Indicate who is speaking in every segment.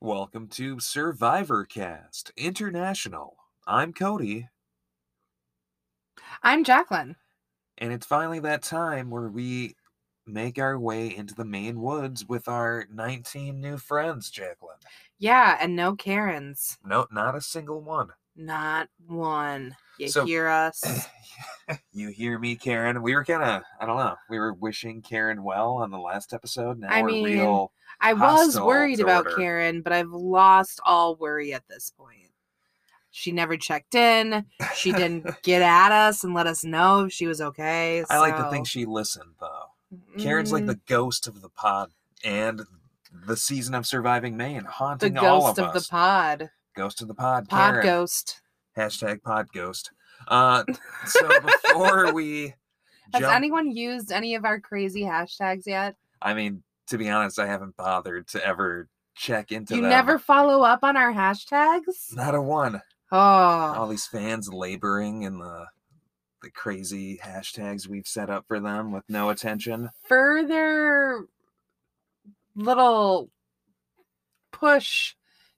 Speaker 1: Welcome to Survivor Cast International. I'm Cody,
Speaker 2: I'm Jacqueline.
Speaker 1: and it's finally that time where we make our way into the Maine woods with our 19 new friends, Jacqueline.
Speaker 2: Yeah, and no Karens.
Speaker 1: No, not a single one.
Speaker 2: Not one. You
Speaker 1: So-
Speaker 2: hear us?
Speaker 1: you hear me, Karen? We were kind of, I don't know, we were wishing Karen well on the last episode. Now
Speaker 2: I
Speaker 1: we're
Speaker 2: mean,
Speaker 1: real.
Speaker 2: I was
Speaker 1: hostile
Speaker 2: worried about
Speaker 1: daughter.
Speaker 2: Karen, but I've lost all worry at this point. She never checked in. She didn't get at us and let us know she was okay.
Speaker 1: I like to think
Speaker 2: so-
Speaker 1: she listened, though. Karen's like
Speaker 2: Mm,
Speaker 1: the ghost of the pod and the season of surviving Maine,
Speaker 2: the
Speaker 1: haunting all
Speaker 2: ghost
Speaker 1: of,
Speaker 2: of,
Speaker 1: us.
Speaker 2: the pod.
Speaker 1: Ghost of the pod,
Speaker 2: Pod
Speaker 1: Karen.
Speaker 2: ghost.
Speaker 1: Hashtag pod ghost. Uh, so before we
Speaker 2: Has
Speaker 1: jump,
Speaker 2: anyone used any of our crazy hashtags yet?
Speaker 1: I mean, to be honest, I haven't bothered to ever check into
Speaker 2: You
Speaker 1: them.
Speaker 2: never follow up on our hashtags?
Speaker 1: Not a one. All
Speaker 2: Oh,
Speaker 1: these fans laboring in the the crazy hashtags we've set up for them with no attention.
Speaker 2: further little push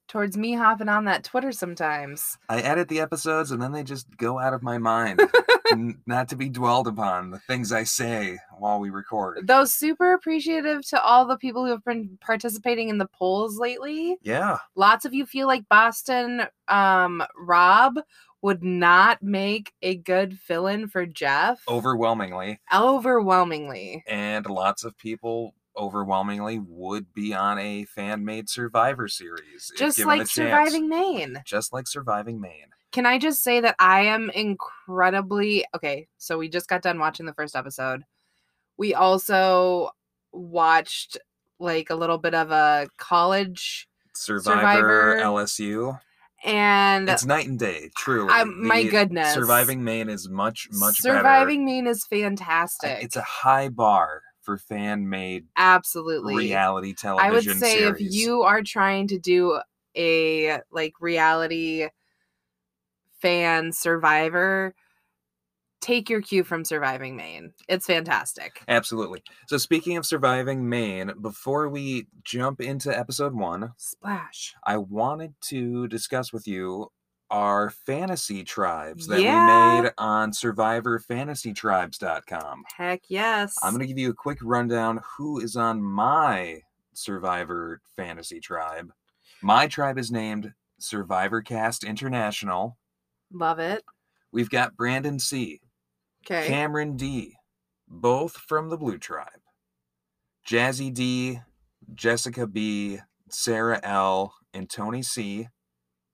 Speaker 2: towards me hopping on that Twitter sometimes.
Speaker 1: I edit the episodes and then they just go out of my mind, N- not to be dwelled upon. The things I say while we record.
Speaker 2: Though super appreciative to all the people who have been participating in the polls lately.
Speaker 1: Yeah,
Speaker 2: Lots of you feel like Boston um Rob would not make a good fill-in for Jeff.
Speaker 1: overwhelmingly,
Speaker 2: Overwhelmingly.
Speaker 1: and lots of people overwhelmingly would be on a fan made Survivor series, if
Speaker 2: Just
Speaker 1: given the
Speaker 2: like
Speaker 1: chance.
Speaker 2: surviving Maine.
Speaker 1: just like surviving Maine.
Speaker 2: Can I just say that I am incredibly okay? So we just got done watching the first episode. We also watched like a little bit of a college,
Speaker 1: Survivor,
Speaker 2: Survivor.
Speaker 1: LSU.
Speaker 2: and
Speaker 1: It's night and day, truly.
Speaker 2: I'm- Um, my
Speaker 1: The
Speaker 2: goodness,
Speaker 1: Surviving Maine is much, much
Speaker 2: surviving
Speaker 1: better.
Speaker 2: Maine is
Speaker 1: I-
Speaker 2: fantastic.
Speaker 1: It's a high bar for fan made
Speaker 2: absolutely
Speaker 1: reality television
Speaker 2: I would say
Speaker 1: series.
Speaker 2: if you are trying to do a like reality fan survivor, take your cue from Surviving Maine. It's fantastic.
Speaker 1: Absolutely. So, speaking of surviving Maine, before we jump into episode one,
Speaker 2: Splash.
Speaker 1: I wanted to discuss with you our fantasy tribes that
Speaker 2: Yeah.
Speaker 1: we made on survivorfantasytribes.com.
Speaker 2: Heck yes.
Speaker 1: I'm going to give you a quick rundown who is on my survivor fantasy tribe. My tribe is named Survivor Cast International.
Speaker 2: Love it.
Speaker 1: We've got Brandon C,
Speaker 2: Okay.
Speaker 1: Cameron D, both from the Blue Tribe. Jazzy D, Jessica B, Sarah L, and Tony C.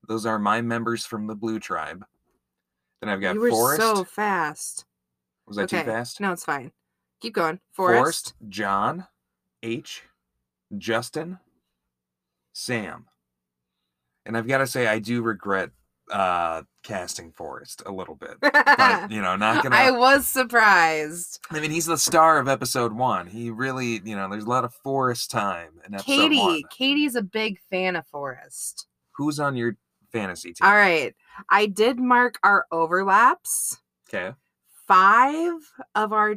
Speaker 1: Those are my members from the Blue Tribe. Then I've got
Speaker 2: you were
Speaker 1: Forrest.
Speaker 2: so fast.
Speaker 1: Was I too fast?
Speaker 2: No, it's fine. Keep going.
Speaker 1: Forrest,
Speaker 2: Forest.
Speaker 1: John, H, Justin, Sam. And I've got to say, I do regret uh casting Forrest a little bit. But, you know, not gonna.
Speaker 2: I
Speaker 1: I,
Speaker 2: was surprised.
Speaker 1: mean, he's the star of episode one. He really, you know, there's a lot of Forrest time in episode
Speaker 2: Katie.
Speaker 1: one.
Speaker 2: Katie's a big fan of Forrest.
Speaker 1: Who's on your fantasy team?
Speaker 2: All right. I did mark our overlaps.
Speaker 1: Okay.
Speaker 2: Five of our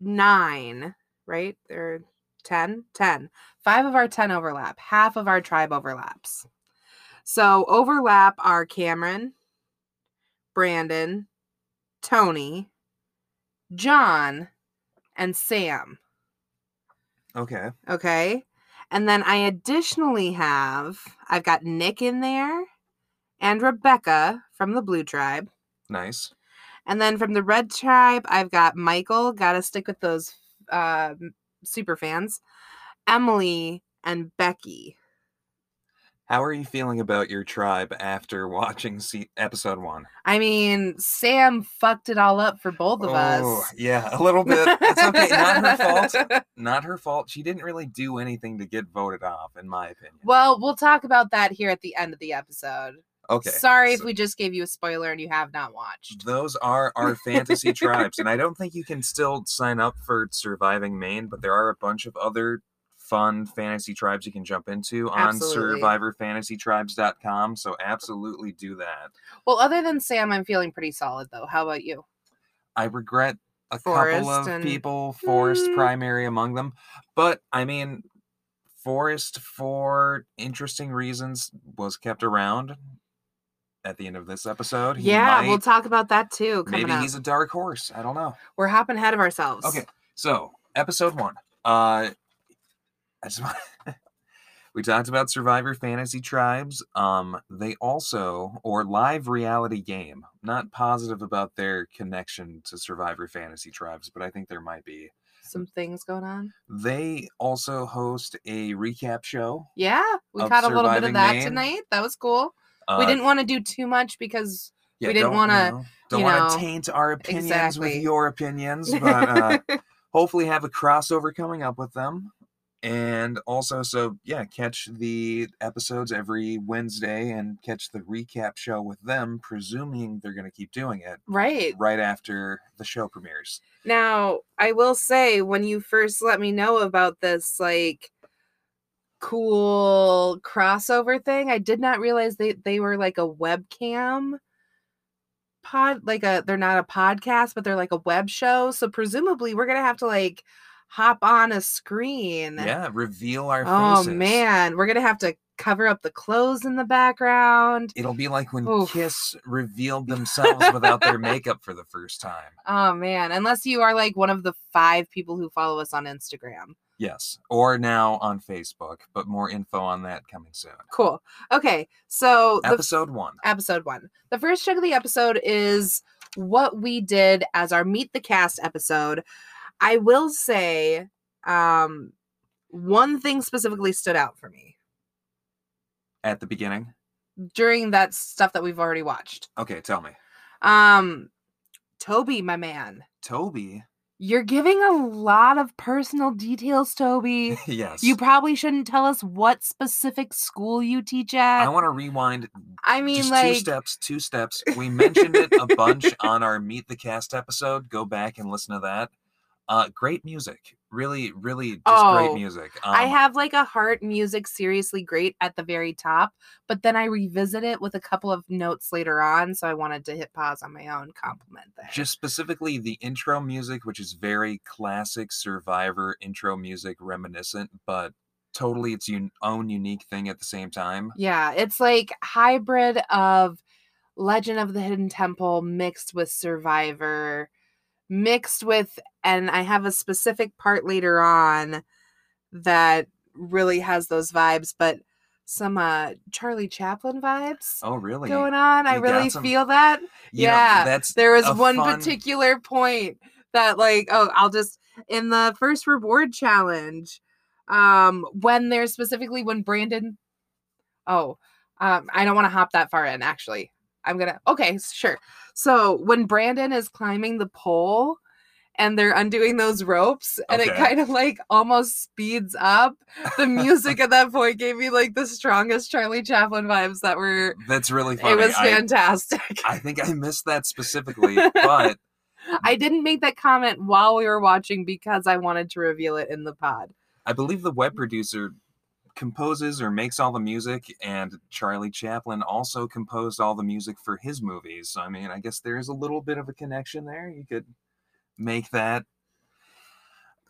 Speaker 2: nine, right? Or 10? 10. Five of our 10 overlap. Half of our tribe overlaps. So overlap are Cameron, Brandon, Tony, John, and Sam.
Speaker 1: Okay.
Speaker 2: Okay. And then I additionally have, I've got Nick in there and Rebecca from the Blue Tribe.
Speaker 1: Nice.
Speaker 2: And then from the Red Tribe, I've got Michael. Got to stick with those uh, super fans. Emily and Becky.
Speaker 1: How are you feeling about your tribe after watching se- episode one?
Speaker 2: I mean, Sam fucked it all up for both of
Speaker 1: Oh,
Speaker 2: us.
Speaker 1: yeah, a little bit. It's okay. Not her fault. not her fault. She didn't really do anything to get voted off, in my opinion.
Speaker 2: Well, we'll talk about that here at the end of the episode.
Speaker 1: okay.
Speaker 2: Sorry if
Speaker 1: so
Speaker 2: we just gave you a spoiler and you have not watched.
Speaker 1: Those are our fantasy tribes, and I don't think you can still sign up for Surviving Maine, but there are a bunch of other fun fantasy tribes you can jump into on
Speaker 2: Absolutely.
Speaker 1: survivorfantasytribes.com. So absolutely do that.
Speaker 2: Well, other than Sam, I'm feeling pretty solid though. How about you?
Speaker 1: I regret a couple
Speaker 2: Forrest
Speaker 1: of
Speaker 2: and-
Speaker 1: people, Forest
Speaker 2: Mm.
Speaker 1: primary among them, but I mean, Forrest, for interesting reasons, was kept around at the end of this episode. He
Speaker 2: yeah, we'll
Speaker 1: might-
Speaker 2: talk about that too. Coming
Speaker 1: maybe
Speaker 2: up.
Speaker 1: he's a dark horse. I don't know.
Speaker 2: We're hopping ahead of ourselves.
Speaker 1: Okay, so episode one. Uh, I just want we talked about Survivor Fantasy Tribes. Um, they also or live reality game. Not positive about their connection to Survivor Fantasy Tribes, but I think there might be.
Speaker 2: Some things going on.
Speaker 1: They also host a recap show.
Speaker 2: Yeah, we
Speaker 1: Of
Speaker 2: caught a little bit of
Speaker 1: Surviving
Speaker 2: that
Speaker 1: Maine.
Speaker 2: tonight. That was cool. we
Speaker 1: Uh,
Speaker 2: didn't want to do too much because
Speaker 1: yeah,
Speaker 2: we didn't
Speaker 1: don't,
Speaker 2: wanna,
Speaker 1: you know, don't
Speaker 2: you
Speaker 1: want
Speaker 2: know,
Speaker 1: to taint our opinions
Speaker 2: exactly.
Speaker 1: with your opinions, but uh, hopefully have a crossover coming up with them and also so yeah catch the episodes every wednesday and catch the recap show with them presuming they're going to keep doing it
Speaker 2: right
Speaker 1: right after the show premieres
Speaker 2: now, I will say when you first let me know about this, like cool crossover thing, I did not realize they they were like a webcam pod like a they're not a podcast but they're like a web show so presumably we're gonna have to like hop on a screen
Speaker 1: yeah reveal our
Speaker 2: Oh
Speaker 1: faces
Speaker 2: man, we're gonna have to cover up the clothes in the background.
Speaker 1: it'll be like when
Speaker 2: Oof.
Speaker 1: kiss revealed themselves without their makeup for the first time
Speaker 2: Oh man, unless you are like one of the five people who follow us on Instagram.
Speaker 1: yes or now on facebook but more info on that coming soon
Speaker 2: Cool. Okay, so the
Speaker 1: episode one
Speaker 2: episode one. The first chunk of the episode is what we did as our Meet the Cast episode. I will say, um, one thing specifically stood out for me
Speaker 1: at the beginning
Speaker 2: during that stuff that we've already watched.
Speaker 1: okay tell me
Speaker 2: Um, Toby, my man.
Speaker 1: toby
Speaker 2: You're giving a lot of personal details, Toby.
Speaker 1: yes
Speaker 2: You probably shouldn't tell us what specific school you teach at.
Speaker 1: I
Speaker 2: I,
Speaker 1: want to rewind
Speaker 2: mean,
Speaker 1: just
Speaker 2: like,
Speaker 1: two steps, two steps. We mentioned it a bunch on our Meet the Cast episode. Go back and listen to that. Uh, great music, really, really, just
Speaker 2: Oh,
Speaker 1: great music. Um,
Speaker 2: I have like a heart music seriously great at the very top, but then I revisit it with a couple of notes later on. So I wanted to hit pause on my own compliment there.
Speaker 1: just specifically the intro music, which is very classic Survivor intro music, reminiscent, but totally its un- own unique thing at the same time.
Speaker 2: yeah, it's like hybrid of Legend of the Hidden Temple mixed with Survivor, mixed with, and I have a specific part later on that really has those vibes, but some uh Charlie Chaplin vibes
Speaker 1: Oh, really?
Speaker 2: going on.
Speaker 1: you
Speaker 2: I
Speaker 1: got
Speaker 2: really
Speaker 1: some-
Speaker 2: feel that.
Speaker 1: You know,
Speaker 2: yeah,
Speaker 1: that's
Speaker 2: There was
Speaker 1: a
Speaker 2: one
Speaker 1: fun-
Speaker 2: particular point that like, oh, I'll just in the first reward challenge, um, when there's specifically when Brandon Oh, um, I don't want to hop that far in actually. I'm gonna okay, s- sure. So when Brandon is climbing the pole and they're undoing those ropes and it
Speaker 1: Okay.
Speaker 2: kind of like almost speeds up. The music at that point gave me like the strongest Charlie Chaplin vibes that were
Speaker 1: that's really funny.
Speaker 2: it was
Speaker 1: I,
Speaker 2: fantastic.
Speaker 1: I think I missed that specifically, but
Speaker 2: I didn't make that comment while we were watching because I wanted to reveal it in the pod.
Speaker 1: I believe the web producer composes or makes all the music, and Charlie Chaplin also composed all the music for his movies. So, I mean, I guess there is a little bit of a connection there. You could make that.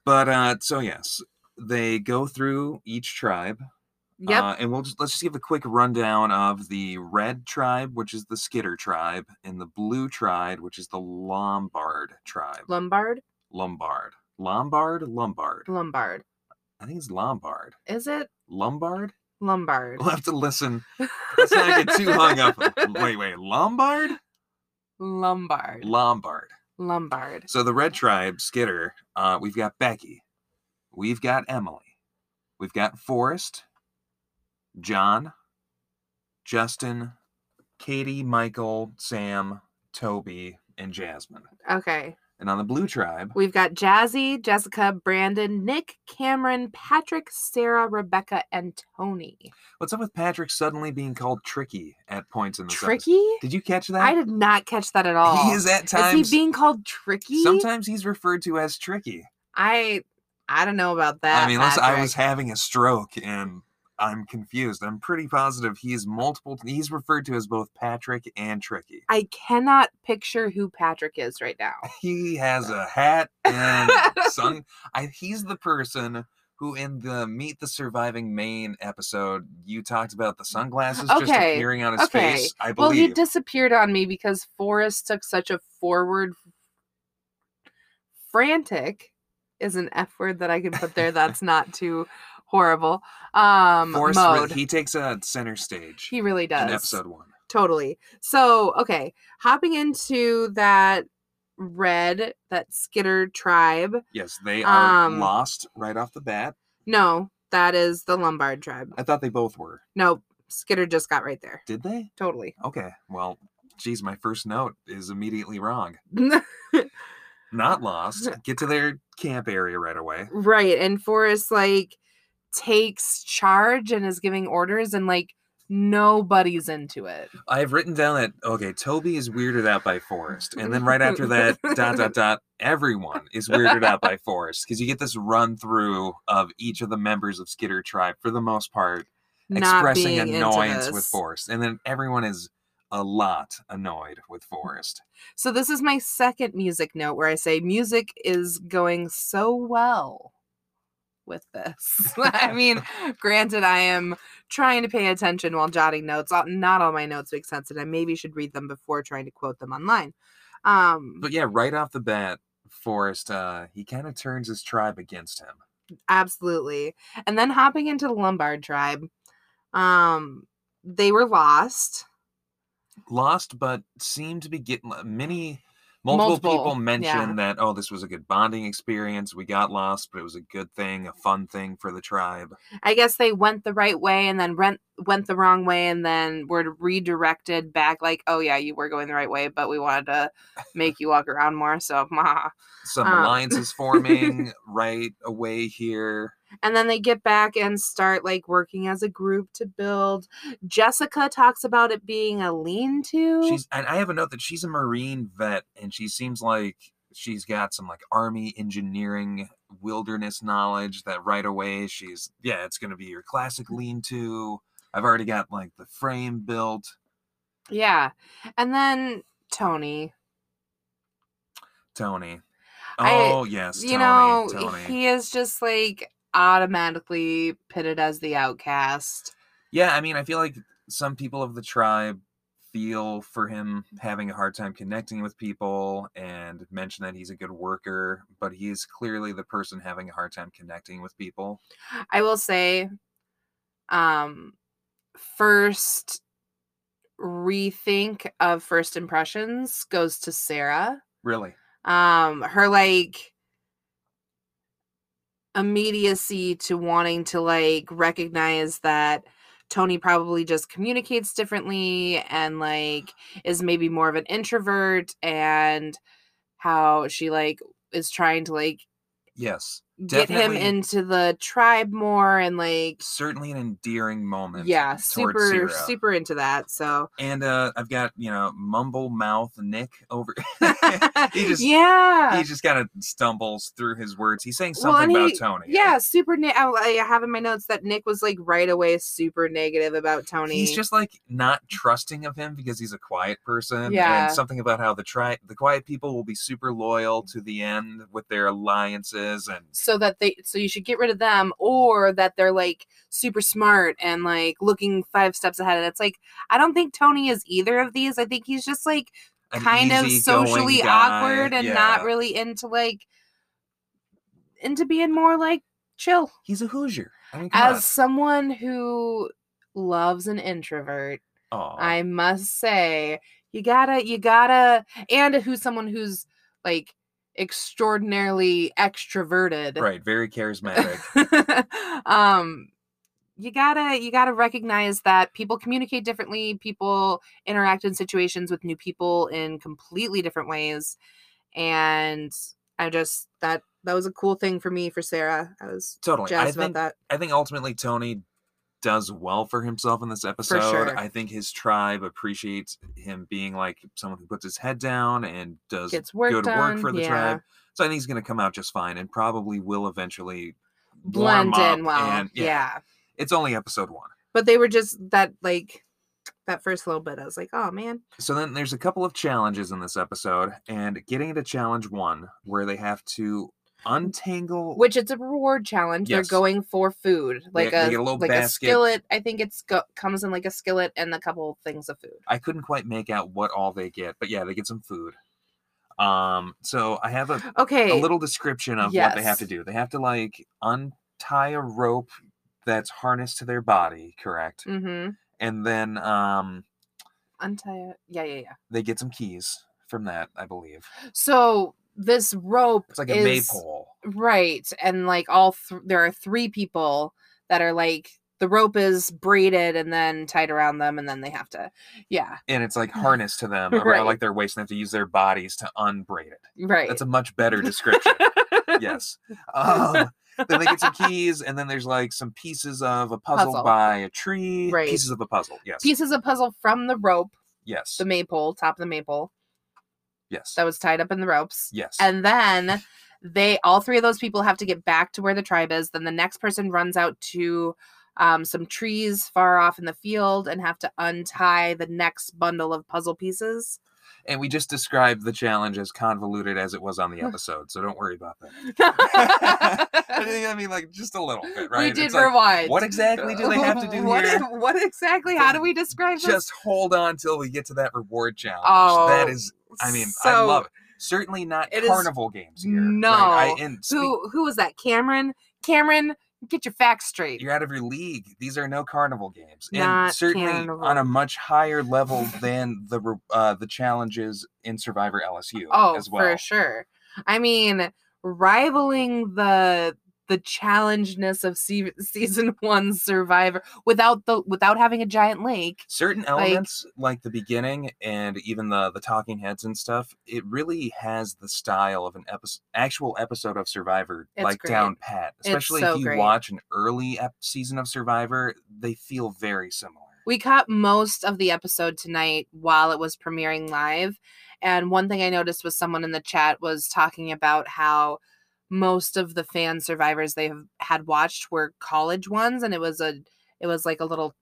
Speaker 1: But uh, so yes, they go through each tribe,
Speaker 2: Yep.
Speaker 1: uh, and we'll just let's just give a quick rundown of the red tribe, which is the Skitter tribe, and the blue tribe, which is the Lombard tribe.
Speaker 2: Lombard?
Speaker 1: Lombard, Lombard, Lombard.
Speaker 2: Lombard.
Speaker 1: I think it's Lombard.
Speaker 2: Is it
Speaker 1: Lombard?
Speaker 2: Lombard?
Speaker 1: We'll have to listen. Let's not get too hung up. Wait, wait. Lombard?
Speaker 2: Lombard.
Speaker 1: Lombard.
Speaker 2: Lombard.
Speaker 1: So the Red Tribe, Skitter, uh, we've got Becky. We've got Emily. We've got Forrest, John, Justin, Katie, Michael, Sam, Toby, and Jasmine.
Speaker 2: Okay.
Speaker 1: And on the Blue Tribe,
Speaker 2: We've got Jazzy, Jessica, Brandon, Nick, Cameron, Patrick, Sarah, Rebecca, and Tony.
Speaker 1: what's up with Patrick suddenly being called tricky at points in this episode?
Speaker 2: Tricky?
Speaker 1: Did you catch that?
Speaker 2: I did not catch that at all.
Speaker 1: He is at times.
Speaker 2: is he being called tricky?
Speaker 1: Sometimes he's referred to as tricky.
Speaker 2: I I don't know about that.
Speaker 1: I mean, unless I
Speaker 2: Patrick.
Speaker 1: was having a stroke and I'm confused. I'm pretty positive he's multiple. He's referred to as both Patrick and Tricky.
Speaker 2: I cannot picture who Patrick is right now.
Speaker 1: He has a hat and sun. I, he's the person who in the Meet the Surviving Maine episode, you talked about the sunglasses just
Speaker 2: Okay,
Speaker 1: appearing on his
Speaker 2: okay.
Speaker 1: face. I
Speaker 2: Well, he
Speaker 1: believe.
Speaker 2: disappeared on me because Forrest took such a forward frantic is an F word that I can put there that's not too horrible. Um
Speaker 1: Forrest re-
Speaker 2: mode.
Speaker 1: he takes a center stage
Speaker 2: he really
Speaker 1: in
Speaker 2: does.
Speaker 1: episode one.
Speaker 2: Totally. So, okay, hopping into that red, that skitter tribe.
Speaker 1: Yes, they are
Speaker 2: Um,
Speaker 1: lost right off the bat.
Speaker 2: No, that is the Lombard tribe.
Speaker 1: I thought they both were.
Speaker 2: Nope. Skitter just got right there.
Speaker 1: Did they?
Speaker 2: Totally.
Speaker 1: Okay. Well, geez, my first note is immediately wrong. Not lost. Get to their camp area right away.
Speaker 2: Right. And Forrest like takes charge and is giving orders and like nobody's into it.
Speaker 1: I've written down that okay, Toby is weirded out by Forrest, and then right after that, dot dot dot, everyone is weirded out by Forrest because you get this run through of each of the members of Skitter Tribe for the most part
Speaker 2: Not
Speaker 1: expressing
Speaker 2: being
Speaker 1: annoyance
Speaker 2: into
Speaker 1: with
Speaker 2: this.
Speaker 1: Forrest, and then everyone is a lot annoyed with Forrest.
Speaker 2: So this is my second music note where I say music is going so well with this. I mean, granted, I am trying to pay attention while jotting notes. All- Not all my notes make sense, and I maybe should read them before trying to quote them online. Um,
Speaker 1: But yeah, right off the bat, Forrest uh, he kind of turns his tribe against him.
Speaker 2: absolutely. And then hopping into the Lombard tribe, um, they were lost.
Speaker 1: lost, but seemed to be getting many multiple, people
Speaker 2: Multiple,
Speaker 1: mentioned that oh, this was a good bonding experience. We got lost, but it was a good thing, a fun thing for the tribe.
Speaker 2: I guess they went the right way and then rent went the wrong way and then were redirected back like, oh yeah, you were going the right way, but we wanted to make you walk around more. So ma.
Speaker 1: Some
Speaker 2: Um.
Speaker 1: alliances forming right away here.
Speaker 2: And then they get back and start like working as a group to build. Jessica talks about it being a lean-to.
Speaker 1: She's and I have a note that she's a Marine vet, and she seems like she's got some like army engineering wilderness knowledge that right away she's yeah it's going to be your classic lean to i've already got like the frame built
Speaker 2: yeah. And then Tony.
Speaker 1: Tony.
Speaker 2: I-
Speaker 1: Oh yes,
Speaker 2: you
Speaker 1: Tony.
Speaker 2: know,
Speaker 1: Tony.
Speaker 2: he is just like automatically pitted as the outcast.
Speaker 1: yeah, I mean, I feel like some people of the tribe feel for him having a hard time connecting with people and mention that he's a good worker, but he is clearly the person having a hard time connecting with people.
Speaker 2: I will say, um, first rethink of first impressions goes to Sarah.
Speaker 1: Really.
Speaker 2: Um, her like immediacy to wanting to like recognize that Tony probably just communicates differently and like is maybe more of an introvert and how she like is trying to like
Speaker 1: Yes.
Speaker 2: get him
Speaker 1: Definitely.
Speaker 2: into the tribe more and like
Speaker 1: Certainly an endearing moment.
Speaker 2: yeah
Speaker 1: towards
Speaker 2: super
Speaker 1: Sarah.
Speaker 2: super into that so
Speaker 1: And uh I've got, you know, mumble mouth Nick over He just-
Speaker 2: yeah
Speaker 1: he just kind of stumbles through his words. He's saying
Speaker 2: Well,
Speaker 1: something
Speaker 2: and
Speaker 1: about
Speaker 2: he-
Speaker 1: Tony.
Speaker 2: yeah super ne- I, I have in my notes that nick was like right away super negative about tony
Speaker 1: He's just like not trusting of him because he's a quiet person.
Speaker 2: Yeah.
Speaker 1: And something about how the tri- the quiet people will be super loyal to the end with their alliances and
Speaker 2: so that they so you should get rid of them or that they're like super smart and like looking five steps ahead and it's like i don't think tony is either of these i think he's just like
Speaker 1: an
Speaker 2: kind of
Speaker 1: easygoing
Speaker 2: socially
Speaker 1: guy.
Speaker 2: awkward and
Speaker 1: Yeah.
Speaker 2: not really into like into being more like chill
Speaker 1: He's a Hoosier. I mean, come
Speaker 2: as someone who loves an introvert
Speaker 1: on. Aw.
Speaker 2: i must say you gotta you gotta and who's someone who's like extraordinarily extroverted
Speaker 1: right, very charismatic.
Speaker 2: um you gotta you gotta recognize that people communicate differently people interact in situations with new people in completely different ways and i just that that was a cool thing for me for sarah i was
Speaker 1: totally. I
Speaker 2: jazzed about
Speaker 1: think
Speaker 2: that
Speaker 1: I think ultimately Tony does well for himself in this episode.
Speaker 2: sure.
Speaker 1: I think his tribe appreciates him being like someone who puts his head down and does
Speaker 2: gets work
Speaker 1: good
Speaker 2: done
Speaker 1: work for the
Speaker 2: yeah.
Speaker 1: tribe. So I think he's going to come out just fine and probably will eventually warm
Speaker 2: blend
Speaker 1: up
Speaker 2: in well
Speaker 1: and-
Speaker 2: yeah.
Speaker 1: It's only episode one.
Speaker 2: but they were just that like that first little bit i was like oh man
Speaker 1: So then there's a couple of challenges in this episode, and getting into challenge one, where they have to untangle.
Speaker 2: which it's a reward challenge.
Speaker 1: Oh. Yes.
Speaker 2: They're going for food, like
Speaker 1: they
Speaker 2: a,
Speaker 1: get a little
Speaker 2: like
Speaker 1: basket.
Speaker 2: a skillet. I think it's go- comes in like a skillet and a couple things of food.
Speaker 1: I couldn't quite make out what all they get, but yeah, they get some food. Um, so I have a
Speaker 2: Okay,
Speaker 1: a little description of what they have to
Speaker 2: yes.
Speaker 1: do. They have to like untie a rope that's harnessed to their body, correct?
Speaker 2: Mm-hmm.
Speaker 1: And then um
Speaker 2: Untie it. Yeah, yeah, yeah.
Speaker 1: they get some keys from that, I believe.
Speaker 2: So this rope
Speaker 1: It's like a
Speaker 2: is
Speaker 1: maypole.
Speaker 2: right, and like all th- there are three people that are like the rope is braided and then tied around them, and then they have to. Yeah,
Speaker 1: And it's like harnessed to them around
Speaker 2: Mm-hmm. Right.
Speaker 1: like their waist and they have to use their bodies to unbraid it.
Speaker 2: right.
Speaker 1: That's a much better description. yes. Um, then they get some keys and then there's like some pieces of a puzzle,
Speaker 2: Puzzle.
Speaker 1: by a tree.
Speaker 2: Right.
Speaker 1: Pieces of a puzzle. Yes.
Speaker 2: Pieces of puzzle from the rope,
Speaker 1: yes.
Speaker 2: the maypole, top of the maypole
Speaker 1: yes.
Speaker 2: that was tied up in the ropes.
Speaker 1: yes.
Speaker 2: and then they all three of those people have to get back to where the tribe is then the next person runs out to um, some trees far off in the field and have to untie the next bundle of puzzle pieces
Speaker 1: And we just described the challenge as convoluted as it was on the episode, so don't worry about that. I think- I mean, like just a little bit, right?
Speaker 2: we did
Speaker 1: It's like,
Speaker 2: rewind
Speaker 1: what exactly do they have to do
Speaker 2: what,
Speaker 1: here?
Speaker 2: what exactly how do we describe this
Speaker 1: just hold on till we get to that reward challenge. that
Speaker 2: Oh,
Speaker 1: is, I mean, I
Speaker 2: so-
Speaker 1: love it. Certainly not
Speaker 2: It is-
Speaker 1: carnival games here. right? I,
Speaker 2: No.
Speaker 1: and speak-
Speaker 2: who who was that cameron cameron get your facts straight
Speaker 1: you're out of your league. These are no carnival games, and
Speaker 2: Not
Speaker 1: certainly
Speaker 2: carnival.
Speaker 1: on a much higher level than the re- uh, the challenges in Survivor LSU.
Speaker 2: Oh,
Speaker 1: as well.
Speaker 2: for sure. I mean, rivaling the the challengeness of se- season one Survivor without the without having a giant lake.
Speaker 1: certain elements like, the beginning and even the the talking heads and stuff it really has the style of an episode actual episode of survivor
Speaker 2: It's
Speaker 1: like
Speaker 2: great.
Speaker 1: down pat especially
Speaker 2: so
Speaker 1: if you
Speaker 2: great.
Speaker 1: watch an early ep- season of survivor they feel very similar
Speaker 2: We caught most of the episode tonight while it was premiering live, and one thing I noticed was someone in the chat was talking about how most of the fan survivors they have had watched were college ones and it was a it was like a little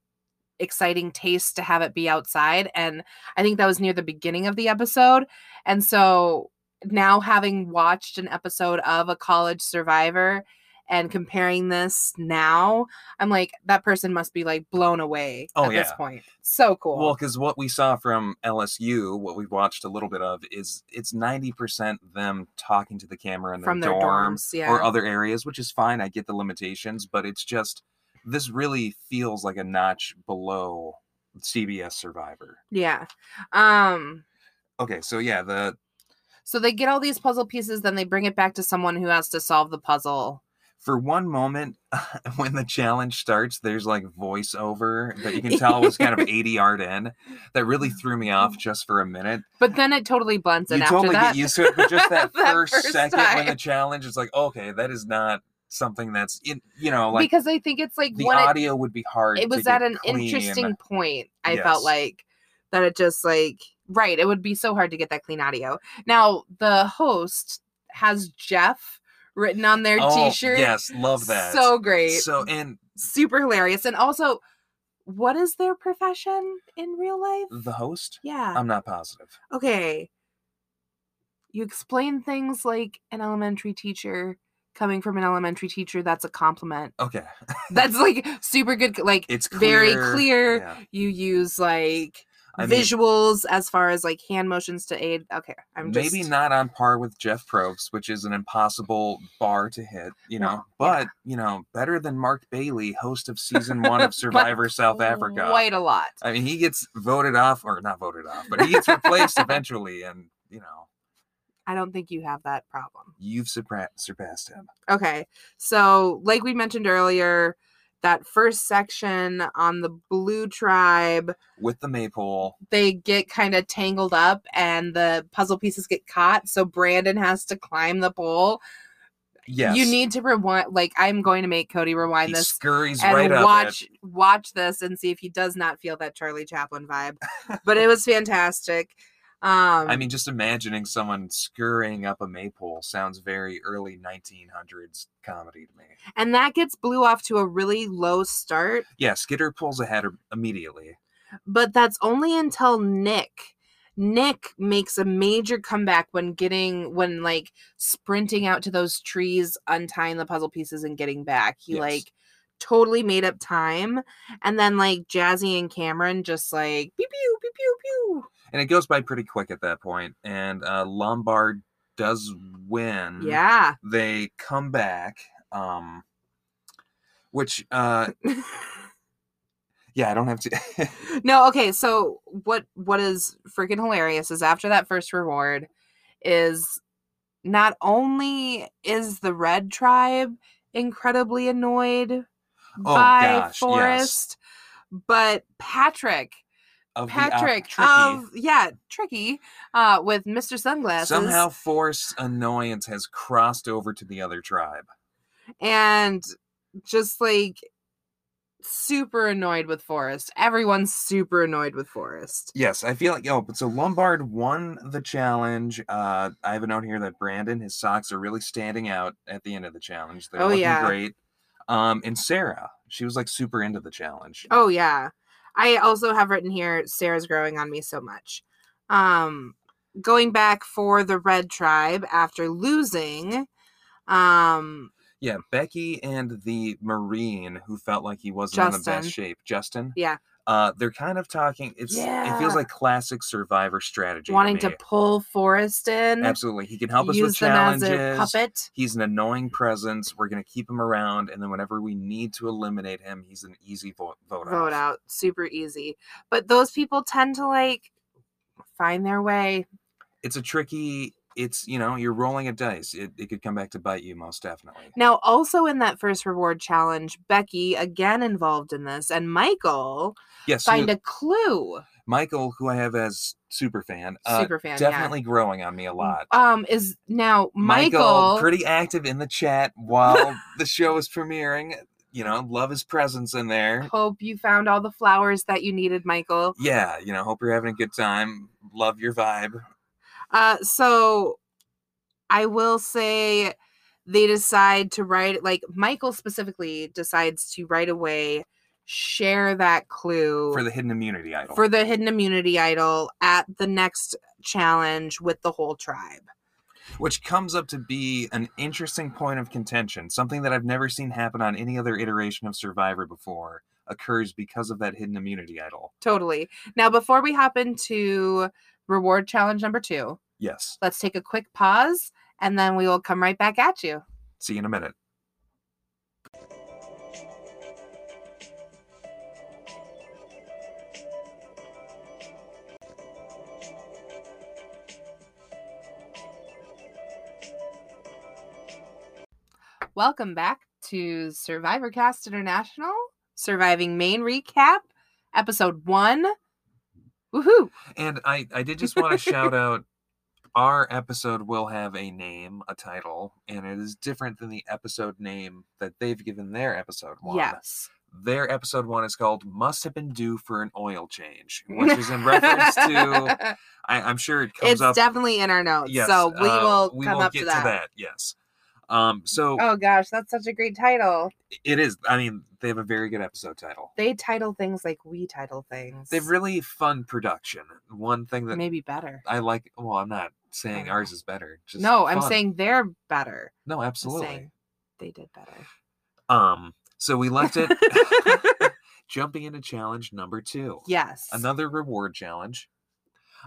Speaker 2: exciting taste to have it be outside and i think that was near the beginning of the episode and so now having watched an episode of a college survivor and comparing this now i'm like that person must be like blown away
Speaker 1: Oh,
Speaker 2: at this
Speaker 1: yeah.
Speaker 2: point so cool
Speaker 1: well because what we saw from lsu what we watched a little bit of is it's 90% them talking to the camera in their
Speaker 2: from their
Speaker 1: dorm
Speaker 2: dorms yeah
Speaker 1: or other areas which is fine i get the limitations but it's just this really feels like a notch below cbs survivor
Speaker 2: yeah um
Speaker 1: okay so yeah the
Speaker 2: So they get all these puzzle pieces, then they bring it back to someone who has to solve the puzzle.
Speaker 1: for one moment when the challenge starts there's like voiceover that you can tell was kind of 80 yard in that really threw me off just for a minute
Speaker 2: But then it totally blunts Mm-hmm. it
Speaker 1: you
Speaker 2: after
Speaker 1: totally
Speaker 2: that.
Speaker 1: get used to it but just that,
Speaker 2: That
Speaker 1: first,
Speaker 2: first
Speaker 1: second when the
Speaker 2: time.
Speaker 1: challenge is like okay that is not something that's in you know like
Speaker 2: because I think it's like
Speaker 1: the
Speaker 2: when it,
Speaker 1: audio would be hard
Speaker 2: it
Speaker 1: to
Speaker 2: was
Speaker 1: get
Speaker 2: at an
Speaker 1: clean.
Speaker 2: interesting point, I felt
Speaker 1: Yes.
Speaker 2: like that it just like right, it would be so hard to get that clean audio. Now the host has Jeff written on their
Speaker 1: oh,
Speaker 2: t-shirt.
Speaker 1: yes love that
Speaker 2: So great.
Speaker 1: so and
Speaker 2: Super hilarious. And also, what is their profession in real life?
Speaker 1: the host
Speaker 2: Yeah.
Speaker 1: i'm not positive
Speaker 2: okay, you explain things like an elementary teacher coming from an elementary teacher. That's a compliment.
Speaker 1: okay
Speaker 2: That's like super good. Like
Speaker 1: it's clear.
Speaker 2: very clear.
Speaker 1: yeah.
Speaker 2: You use like
Speaker 1: I mean,
Speaker 2: visuals as far as like hand motions to aid. Okay, I'm just
Speaker 1: maybe not on par with Jeff Probst, which is an impossible bar to hit, you know,
Speaker 2: No, yeah.
Speaker 1: but you know, better than Mark Bailey, host of season one of Survivor South Africa.
Speaker 2: Quite a lot.
Speaker 1: I mean, he gets voted off, or not voted off, but he gets replaced eventually, and you know,
Speaker 2: I don't think you have that problem.
Speaker 1: you've surpa- surpassed him.
Speaker 2: Okay. So, like we mentioned earlier, that first section on the blue tribe
Speaker 1: With the maypole,
Speaker 2: they get kind of tangled up and the puzzle pieces get caught. So Brandon has to climb the pole.
Speaker 1: yes,
Speaker 2: You need to rewind. Like I'm going to make Cody rewind
Speaker 1: he
Speaker 2: this
Speaker 1: scurries
Speaker 2: and
Speaker 1: right up. it.
Speaker 2: watch watch this and see if he does not feel that Charlie Chaplin vibe. but it was fantastic. Um,
Speaker 1: I mean, just imagining someone scurrying up a maypole sounds very early 1900s comedy to me.
Speaker 2: and that gets blew off to a really low start,
Speaker 1: Yeah, Skidder pulls ahead immediately.
Speaker 2: but that's only until Nick Nick makes a major comeback when getting when like sprinting out to those trees, untying the puzzle pieces and getting back. He
Speaker 1: Yes.
Speaker 2: like totally made up time. And then like Jazzy and Cameron just like pew pew pew pew pew.
Speaker 1: and it goes by pretty quick at that point. And uh, Lombard does win.
Speaker 2: Yeah.
Speaker 1: They come back, um, which uh, yeah, I don't have to.
Speaker 2: No, okay. So what what is freaking hilarious is after that first reward is not only is the red tribe incredibly annoyed
Speaker 1: Oh,
Speaker 2: by
Speaker 1: gosh, yes.
Speaker 2: Forrest, but Patrick,
Speaker 1: of the op-
Speaker 2: Patrick
Speaker 1: tricky.
Speaker 2: of yeah, tricky uh with Mr. Sunglasses
Speaker 1: somehow force annoyance has crossed over to the other tribe.
Speaker 2: and just like super annoyed with Forrest. Everyone's super annoyed with Forrest.
Speaker 1: Yes, I feel like oh, but so Lombard won the challenge. Uh, I have a note here that Brandon his socks are really standing out at the end of the challenge. They're
Speaker 2: Oh,
Speaker 1: looking
Speaker 2: yeah.
Speaker 1: great. Um, and Sarah, she was like super into the challenge.
Speaker 2: Oh yeah. I also have written here Sarah's growing on me so much. Um going back for the red tribe after losing um
Speaker 1: Yeah, Becky and the Marine who felt like he wasn't in the
Speaker 2: Justin.
Speaker 1: best shape, Justin.
Speaker 2: Yeah.
Speaker 1: Uh, they're kind of talking. It's it feels
Speaker 2: Yeah.
Speaker 1: like classic survivor strategy.
Speaker 2: wanting
Speaker 1: to,
Speaker 2: to
Speaker 1: me.
Speaker 2: pull Forrest in
Speaker 1: absolutely he can help us with
Speaker 2: use them as
Speaker 1: challenges.
Speaker 2: a puppet.
Speaker 1: He's an annoying presence. We're gonna keep him around, and then whenever we need to eliminate him, he's an easy vote vote, off.
Speaker 2: Vote out. Super easy. But those people tend to like find their way.
Speaker 1: It's a tricky. It's you know you're rolling a dice. It it could come back to bite you most definitely.
Speaker 2: Now also in that first reward challenge, Becky again involved in this and Michael
Speaker 1: Yes, who-
Speaker 2: find a clue.
Speaker 1: Michael, who I have as super fan, uh,
Speaker 2: Super fan. yeah.
Speaker 1: definitely growing on me a lot.
Speaker 2: um is now Michael,
Speaker 1: pretty active in the chat while the show is premiering. You know, love his presence in there.
Speaker 2: hope you found all the flowers that you needed, Michael.
Speaker 1: Yeah, you know, hope you're having a good time. Love your vibe.
Speaker 2: Uh so I will say they decide to write like Michael specifically decides to right away share that clue
Speaker 1: For the hidden immunity idol.
Speaker 2: for the hidden immunity idol at the next challenge with the whole tribe.
Speaker 1: which comes up to be an interesting point of contention. Something that I've never seen happen on any other iteration of Survivor before occurs because of that hidden immunity idol.
Speaker 2: Totally. Now before we hop into reward challenge number 2,
Speaker 1: Yes.
Speaker 2: let's take a quick pause and then we will come right back at you.
Speaker 1: See you in a minute.
Speaker 2: Welcome back to Survivor Cast International, Surviving Maine Recap, Episode 1. Woohoo!
Speaker 1: And I, I did just want to shout out our episode will have a name, a title, and it is different than the episode name that they've given their episode one.
Speaker 2: Yes.
Speaker 1: Their episode one is called Must Have Been Due for an Oil Change, which is in reference to, I, I'm sure it comes
Speaker 2: it's
Speaker 1: up.
Speaker 2: definitely in our notes, so we
Speaker 1: uh,
Speaker 2: will
Speaker 1: we
Speaker 2: come
Speaker 1: will
Speaker 2: up
Speaker 1: get
Speaker 2: to that.
Speaker 1: Yes. Um, so
Speaker 2: Oh gosh, that's such a great title.
Speaker 1: it is. I mean, they have a very good episode title.
Speaker 2: They title things like we title things.
Speaker 1: They have really fun production. One thing that
Speaker 2: maybe better.
Speaker 1: I like. Well, I'm not saying
Speaker 2: Oh.
Speaker 1: ours is better. Just
Speaker 2: No, I'm
Speaker 1: fun.
Speaker 2: saying they're better.
Speaker 1: no,
Speaker 2: I'm just
Speaker 1: absolutely.
Speaker 2: saying they did better.
Speaker 1: Um. So we left it jumping into challenge number two.
Speaker 2: yes.
Speaker 1: Another reward challenge.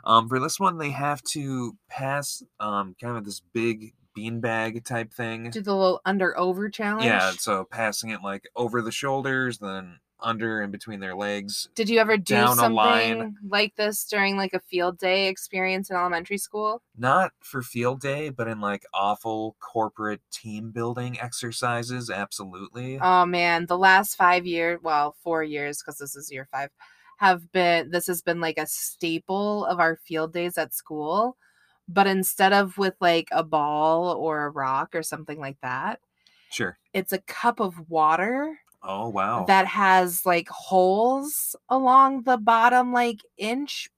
Speaker 1: Um, for this one, they have to pass um kind of this big beanbag type thing.
Speaker 2: Do the little under over challenge.
Speaker 1: Yeah, so passing it like over the shoulders, then under and between their legs.
Speaker 2: Did you ever do
Speaker 1: down a line.
Speaker 2: something like this during like a field day experience in elementary school?
Speaker 1: Not for field day, but in like awful corporate team building exercises. Absolutely.
Speaker 2: Oh man, the last five years, well, four years, because this is year five, have been this has been like a staple of our field days at school. But instead of with like a ball or a rock or something like that,
Speaker 1: sure.
Speaker 2: it's a cup of water
Speaker 1: Oh wow.
Speaker 2: that has like holes along the bottom, like inch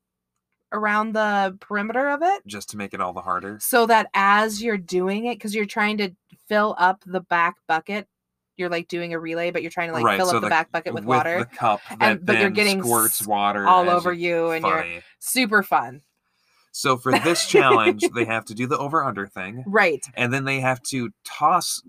Speaker 2: around the perimeter of it.
Speaker 1: Just to make it all the harder.
Speaker 2: so that as you're doing it because you're trying to fill up the back bucket you're like doing a relay but you're trying to like
Speaker 1: Right,
Speaker 2: fill
Speaker 1: so
Speaker 2: up the
Speaker 1: the-
Speaker 2: back bucket with, water
Speaker 1: the cup that
Speaker 2: and- but you're
Speaker 1: then
Speaker 2: getting
Speaker 1: squirts
Speaker 2: s-
Speaker 1: water
Speaker 2: all
Speaker 1: as
Speaker 2: over
Speaker 1: it-
Speaker 2: you and you're
Speaker 1: Funny.
Speaker 2: super fun
Speaker 1: So for this challenge, they have to do the over under thing,
Speaker 2: Right.
Speaker 1: and then they have to toss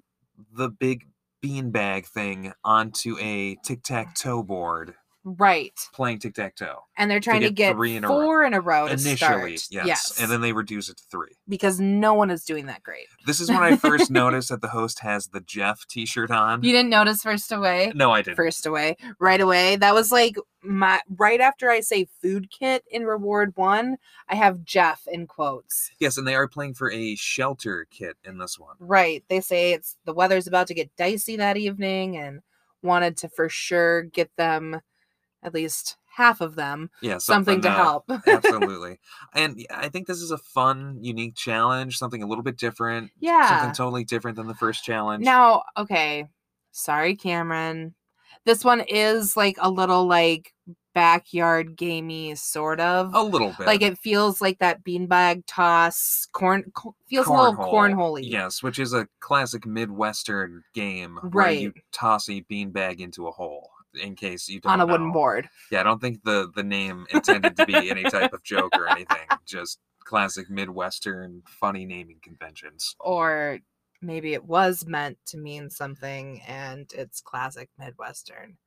Speaker 1: the big beanbag thing onto a tic tac toe board,
Speaker 2: Right.
Speaker 1: playing tic tac toe
Speaker 2: And they're trying to
Speaker 1: get
Speaker 2: get,
Speaker 1: three in a row.
Speaker 2: four in a row to
Speaker 1: initially.
Speaker 2: start.
Speaker 1: Yes. and then Mm-hmm. they reduce it to three.
Speaker 2: because no one is doing that great.
Speaker 1: This is when I first noticed that the host has the Jeff t shirt on.
Speaker 2: You didn't notice first away?
Speaker 1: No, I didn't.
Speaker 2: First away, right away. That was like my right after I say food kit in reward one, I have Jeff in quotes.
Speaker 1: Yes, and they are playing for a shelter kit in this one.
Speaker 2: Right. They say it's the weather's about to get dicey that evening and wanted to for sure get them at least half of them
Speaker 1: Yeah,
Speaker 2: something, to
Speaker 1: uh,
Speaker 2: help.
Speaker 1: absolutely. And y- I think this is a fun, unique challenge, something a little bit different,
Speaker 2: yeah.
Speaker 1: something totally different than the first challenge.
Speaker 2: Now, okay. Sorry, Cameron. This one is like a little like backyard gamey sort of.
Speaker 1: a little bit.
Speaker 2: Like it feels like that beanbag toss corn co- feels a little cornholy.
Speaker 1: Yes, which is a classic Midwestern game where
Speaker 2: Right.
Speaker 1: you toss a beanbag into a hole. In case you don't
Speaker 2: On a wooden
Speaker 1: know.
Speaker 2: board.
Speaker 1: Yeah, I don't think the the name intended to be any type of joke or anything. Just classic Midwestern funny naming conventions.
Speaker 2: Or maybe it was meant to mean something and it's classic Midwestern.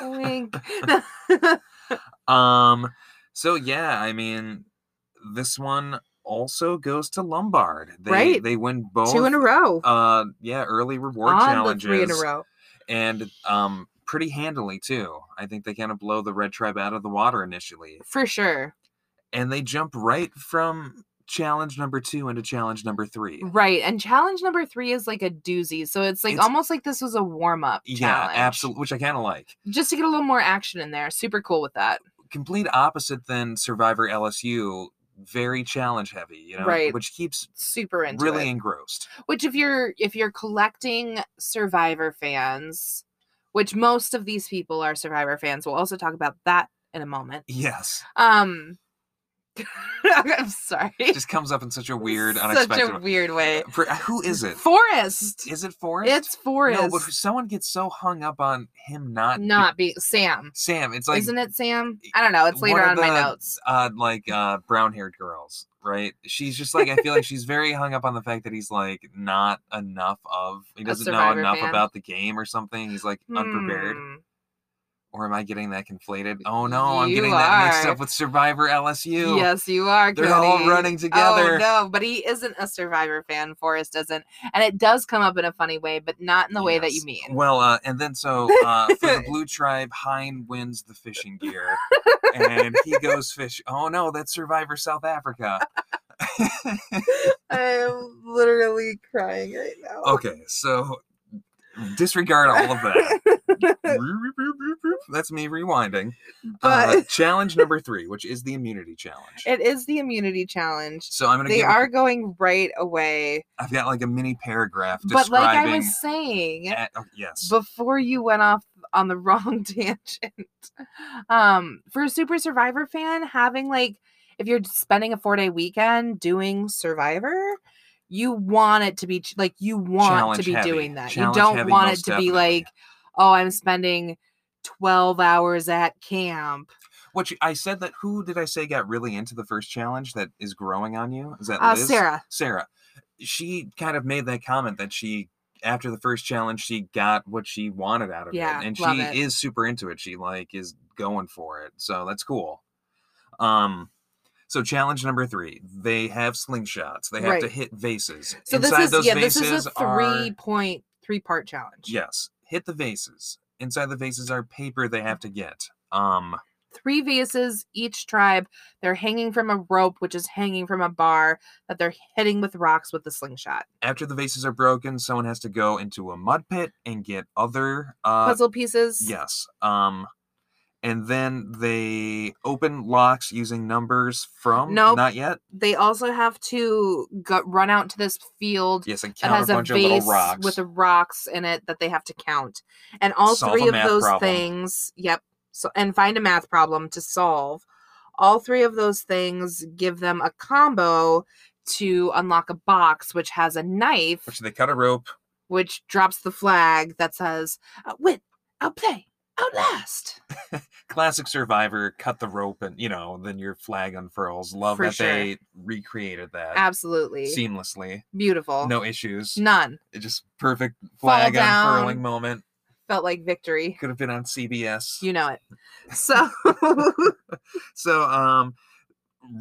Speaker 2: Wink.
Speaker 1: Um so yeah, I mean this one also goes to Lombard. They
Speaker 2: Right.
Speaker 1: they win both
Speaker 2: Two in a row.
Speaker 1: uh yeah, early reward
Speaker 2: on the
Speaker 1: challenges
Speaker 2: three in a row.
Speaker 1: and um pretty handily too. I think they kind of blow the red tribe out of the water initially.
Speaker 2: For sure.
Speaker 1: And they jump right from challenge number 2 into challenge number 3.
Speaker 2: Right. And challenge number three is like a doozy. So it's like
Speaker 1: It's-
Speaker 2: almost like this was a warm up
Speaker 1: Yeah,
Speaker 2: challenge.
Speaker 1: absolutely, which I kind of like.
Speaker 2: Just to get a little more action in there. Super cool with that.
Speaker 1: complete opposite than Survivor LSU, very challenge heavy, you know,
Speaker 2: Right.
Speaker 1: which keeps
Speaker 2: Super into
Speaker 1: really
Speaker 2: it.
Speaker 1: engrossed.
Speaker 2: Which if you're if you're collecting Survivor fans, which most of these people are Survivor fans, we'll also talk about that in a moment.
Speaker 1: Yes,
Speaker 2: Um I'm sorry.
Speaker 1: it just comes up in such a weird,
Speaker 2: Such
Speaker 1: unexpected.
Speaker 2: a weird way.
Speaker 1: For- uh, who is it?
Speaker 2: Forrest.
Speaker 1: Is it Forrest?
Speaker 2: It's Forrest.
Speaker 1: No, but someone gets so hung up on him not be-
Speaker 2: not be Sam.
Speaker 1: Sam. It's like
Speaker 2: Isn't it Sam? I don't know. It's
Speaker 1: one
Speaker 2: later
Speaker 1: of
Speaker 2: on in
Speaker 1: the-
Speaker 2: my notes.
Speaker 1: uh, like uh, brown-haired girls, right? She's just like I feel like she's very hung up on the fact that he's like not enough of he doesn't know
Speaker 2: Survivor
Speaker 1: enough
Speaker 2: fan.
Speaker 1: about the game or something. He's like unprepared.
Speaker 2: Hmm.
Speaker 1: Or am I getting that conflated? Oh no, I'm
Speaker 2: You
Speaker 1: getting that mixed
Speaker 2: are.
Speaker 1: up with Survivor LSU.
Speaker 2: Yes, you are.
Speaker 1: They're all
Speaker 2: Cody.
Speaker 1: running together.
Speaker 2: Oh no, but he isn't a Survivor fan. Forrest doesn't, and it does come up in a funny way, but not in the way that you
Speaker 1: Yes.
Speaker 2: mean.
Speaker 1: Well, uh, and then so uh, for the Blue Tribe, Hein wins the fishing gear, and he goes fish. Oh no, that's Survivor South Africa.
Speaker 2: I'm literally crying right now.
Speaker 1: Okay, so disregard all of that. That's me rewinding.
Speaker 2: But
Speaker 1: uh, challenge number three, which is the immunity challenge.
Speaker 2: it is the immunity challenge.
Speaker 1: so I'm gonna.
Speaker 2: They
Speaker 1: give,
Speaker 2: are going right away,
Speaker 1: I've got like a mini paragraph
Speaker 2: but like I
Speaker 1: describing.
Speaker 2: was saying,
Speaker 1: at- oh, yes.
Speaker 2: before you went off on the wrong tangent. Um, for a Super Survivor fan, having like if you're spending a four day weekend doing Survivor, you want it to be ch- like you want
Speaker 1: Challenge
Speaker 2: to be
Speaker 1: heavy.
Speaker 2: doing that.
Speaker 1: Challenge
Speaker 2: you don't
Speaker 1: heavy,
Speaker 2: want
Speaker 1: most
Speaker 2: it to
Speaker 1: definitely.
Speaker 2: be like, oh, I'm spending twelve hours at camp.
Speaker 1: Which I said that who did I say got really into the first challenge that is growing on you? Is that
Speaker 2: Uh,
Speaker 1: Liz?
Speaker 2: Sarah,
Speaker 1: Sarah. She kind of made that comment that she after the first challenge she got what she wanted out of
Speaker 2: Yeah,
Speaker 1: it. And
Speaker 2: love
Speaker 1: she
Speaker 2: it.
Speaker 1: is super into it. She like is going for it. So that's cool. Um so challenge number three, they have slingshots. They have to
Speaker 2: Right.
Speaker 1: hit vases.
Speaker 2: so
Speaker 1: Inside
Speaker 2: this is
Speaker 1: those
Speaker 2: yeah, this
Speaker 1: vases
Speaker 2: is a
Speaker 1: are
Speaker 2: three point three part challenge.
Speaker 1: yes, hit the vases. Inside the vases are paper they have to get. Um
Speaker 2: three vases each tribe. They're hanging from a rope, which is hanging from a bar that they're hitting with rocks with the slingshot.
Speaker 1: after the vases are broken, someone has to go into a mud pit and get other uh
Speaker 2: Puzzle pieces.
Speaker 1: yes. Um and then they open locks using numbers from
Speaker 2: Nope.
Speaker 1: not yet.
Speaker 2: They also have to go- run out to this field
Speaker 1: Yes, and
Speaker 2: that
Speaker 1: count
Speaker 2: has
Speaker 1: a
Speaker 2: a
Speaker 1: bunch of little
Speaker 2: vase
Speaker 1: rocks.
Speaker 2: with the rocks in it that they have to count. And all
Speaker 1: Solve a
Speaker 2: three of
Speaker 1: math
Speaker 2: those
Speaker 1: problem.
Speaker 2: things, yep, so, and find a math problem to solve. All three of those things give them a combo to unlock a box which has a knife
Speaker 1: which they cut a rope.
Speaker 2: which drops the flag that says, "Uh, I'll win, I'll play, Outlast.
Speaker 1: classic survivor cut the rope and you know then your flag unfurls love
Speaker 2: For
Speaker 1: that
Speaker 2: sure.
Speaker 1: they recreated that
Speaker 2: Absolutely.
Speaker 1: seamlessly
Speaker 2: Beautiful.
Speaker 1: no issues
Speaker 2: None.
Speaker 1: It just perfect
Speaker 2: Fall
Speaker 1: flag
Speaker 2: down.
Speaker 1: unfurling moment
Speaker 2: Felt like victory.
Speaker 1: could have been on cbs
Speaker 2: You know it. So
Speaker 1: so um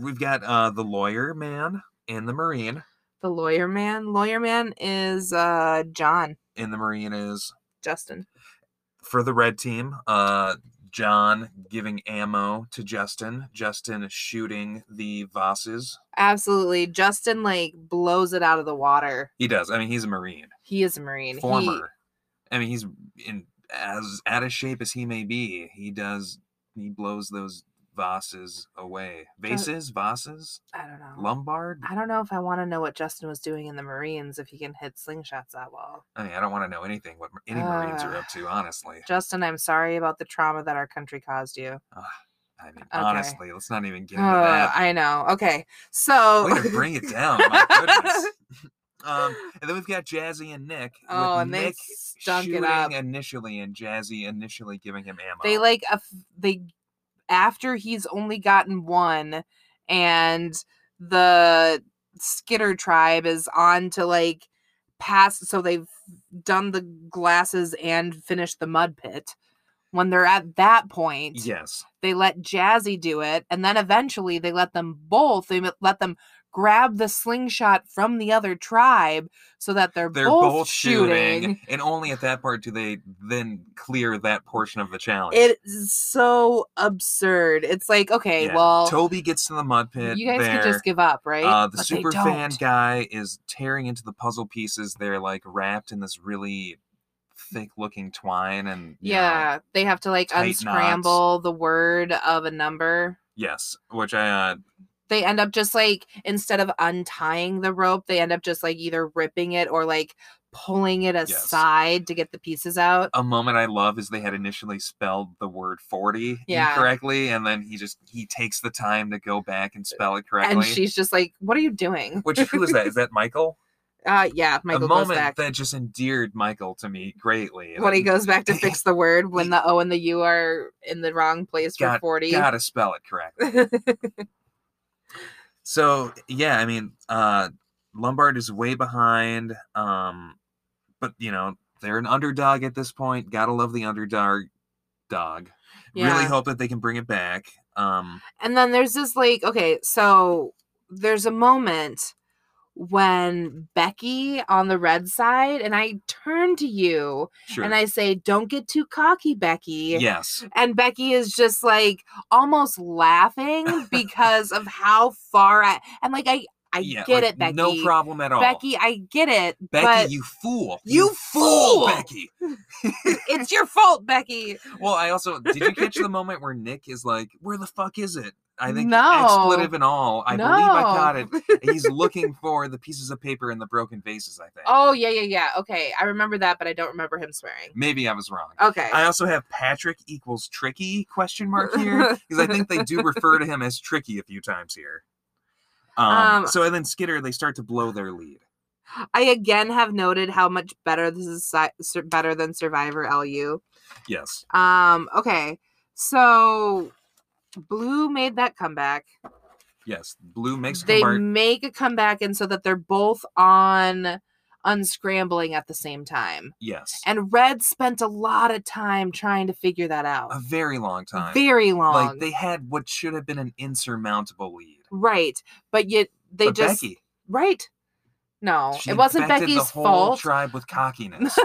Speaker 1: we've got uh the lawyer man and the marine
Speaker 2: the lawyer man. Lawyer man is uh John.
Speaker 1: and the marine is
Speaker 2: Justin.
Speaker 1: for the red team uh john giving ammo to justin justin shooting the vosses
Speaker 2: Absolutely. Justin like blows it out of the water.
Speaker 1: he does i mean he's a marine
Speaker 2: He is a Marine. He-
Speaker 1: former. I mean, he's in as out of shape as he may be. He does. He blows those vases away. Vases, vases,
Speaker 2: I don't know.
Speaker 1: Lombard.
Speaker 2: I don't know if I want to know what Justin was doing in the Marines if he can hit slingshots that well.
Speaker 1: I mean, I don't want to know anything what any Marines
Speaker 2: Uh,
Speaker 1: are up to. Honestly,
Speaker 2: Justin, I'm sorry about the trauma that our country caused you.
Speaker 1: I mean,
Speaker 2: okay. Uh,
Speaker 1: honestly, let's not even get into
Speaker 2: Ugh,
Speaker 1: that.
Speaker 2: Oh, I know. Okay. So
Speaker 1: Way to bring it down. My goodness. Um, and then we've got Jazzy and Nick. with
Speaker 2: Oh, and they
Speaker 1: Nick
Speaker 2: stunk it
Speaker 1: shooting
Speaker 2: up.
Speaker 1: initially, and Jazzy initially giving him ammo.
Speaker 2: they like a f- they after he's only gotten one and the skitter tribe is on to like pass so they've done the glasses and finished the mud pit when they're at that point
Speaker 1: yes,
Speaker 2: they let Jazzy do it, and then eventually they let them both. They let them grab the slingshot from the other tribe so that they're,
Speaker 1: they're both, shooting, and only at that part do they then clear that portion of the challenge.
Speaker 2: It's so absurd. It's like, okay,
Speaker 1: Yeah.
Speaker 2: well,
Speaker 1: Toby gets to the mud pit.
Speaker 2: you guys
Speaker 1: there.
Speaker 2: could just give up, right?
Speaker 1: Uh, the
Speaker 2: But they
Speaker 1: super fan
Speaker 2: don't.
Speaker 1: guy is tearing into the puzzle pieces. They're like wrapped in this really thick-looking twine, and you know,
Speaker 2: Yeah, they have to like
Speaker 1: tight knots.
Speaker 2: unscramble the word of a number.
Speaker 1: yes, which I uh,
Speaker 2: They end up just like instead of untying the rope, they end up just like either ripping it or like pulling it aside to get the pieces out.
Speaker 1: a moment I love is they had initially spelled the word forty
Speaker 2: Yeah.
Speaker 1: incorrectly, and then he just he takes the time to go back and spell it correctly.
Speaker 2: and she's just like, "What are you doing?"
Speaker 1: which who is that? Is that Michael?
Speaker 2: Uh, yeah,
Speaker 1: a
Speaker 2: Michael goes
Speaker 1: moment
Speaker 2: back
Speaker 1: that just endeared Michael to me greatly.
Speaker 2: when he
Speaker 1: goes,
Speaker 2: goes back to fix the word when the O and the U are in the wrong place for
Speaker 1: God-
Speaker 2: forty.
Speaker 1: gotta spell it correctly. So yeah, I mean, uh, Lombard is way behind, um, but you know they're an underdog at this point. Gotta love the underdog. Dog. Really
Speaker 2: Yeah.
Speaker 1: hope that they can bring it back. Um,
Speaker 2: and then there's this like, okay, so there's a moment when Becky on the red side, and I turn to you
Speaker 1: sure.
Speaker 2: and I say, "Don't get too cocky, Becky."
Speaker 1: yes.
Speaker 2: And Becky is just like almost laughing because of how far I and like I I
Speaker 1: yeah,
Speaker 2: get
Speaker 1: like,
Speaker 2: it, Becky.
Speaker 1: No problem at all.
Speaker 2: Becky, I get it,
Speaker 1: Becky,
Speaker 2: but
Speaker 1: you fool.
Speaker 2: You fool!
Speaker 1: Becky.
Speaker 2: it's your fault, Becky.
Speaker 1: Well, I also did you catch the moment where Nick is like, "Where the fuck is it?" I think
Speaker 2: No.
Speaker 1: expletive and all. I believe I caught it.
Speaker 2: No.
Speaker 1: He's looking for the pieces of paper and the broken vases. I think.
Speaker 2: Oh yeah, yeah, yeah. Okay, I remember that, but I don't remember him swearing.
Speaker 1: Maybe I was wrong.
Speaker 2: Okay.
Speaker 1: I also have Patrick equals tricky question mark here because I think they do refer to him as tricky a few times here. Um,
Speaker 2: Um,
Speaker 1: so and then Skitter, they start to blow their lead.
Speaker 2: I again have noted how much better this is si- sur- better than Survivor LU.
Speaker 1: Yes,
Speaker 2: Um. Okay. So, Blue made that comeback.
Speaker 1: yes. Blue makes a
Speaker 2: they
Speaker 1: comeback.
Speaker 2: make a comeback, and so that they're both on unscrambling at the same time.
Speaker 1: yes,
Speaker 2: And Red spent a lot of time trying to figure that out.
Speaker 1: a very long time.
Speaker 2: Very long.
Speaker 1: Like they had what should have been an insurmountable lead.
Speaker 2: Right. But yet they
Speaker 1: but
Speaker 2: just
Speaker 1: Becky,
Speaker 2: right. No,
Speaker 1: she
Speaker 2: it wasn't
Speaker 1: infected
Speaker 2: Becky's
Speaker 1: the whole
Speaker 2: fault,
Speaker 1: Tribe with cockiness.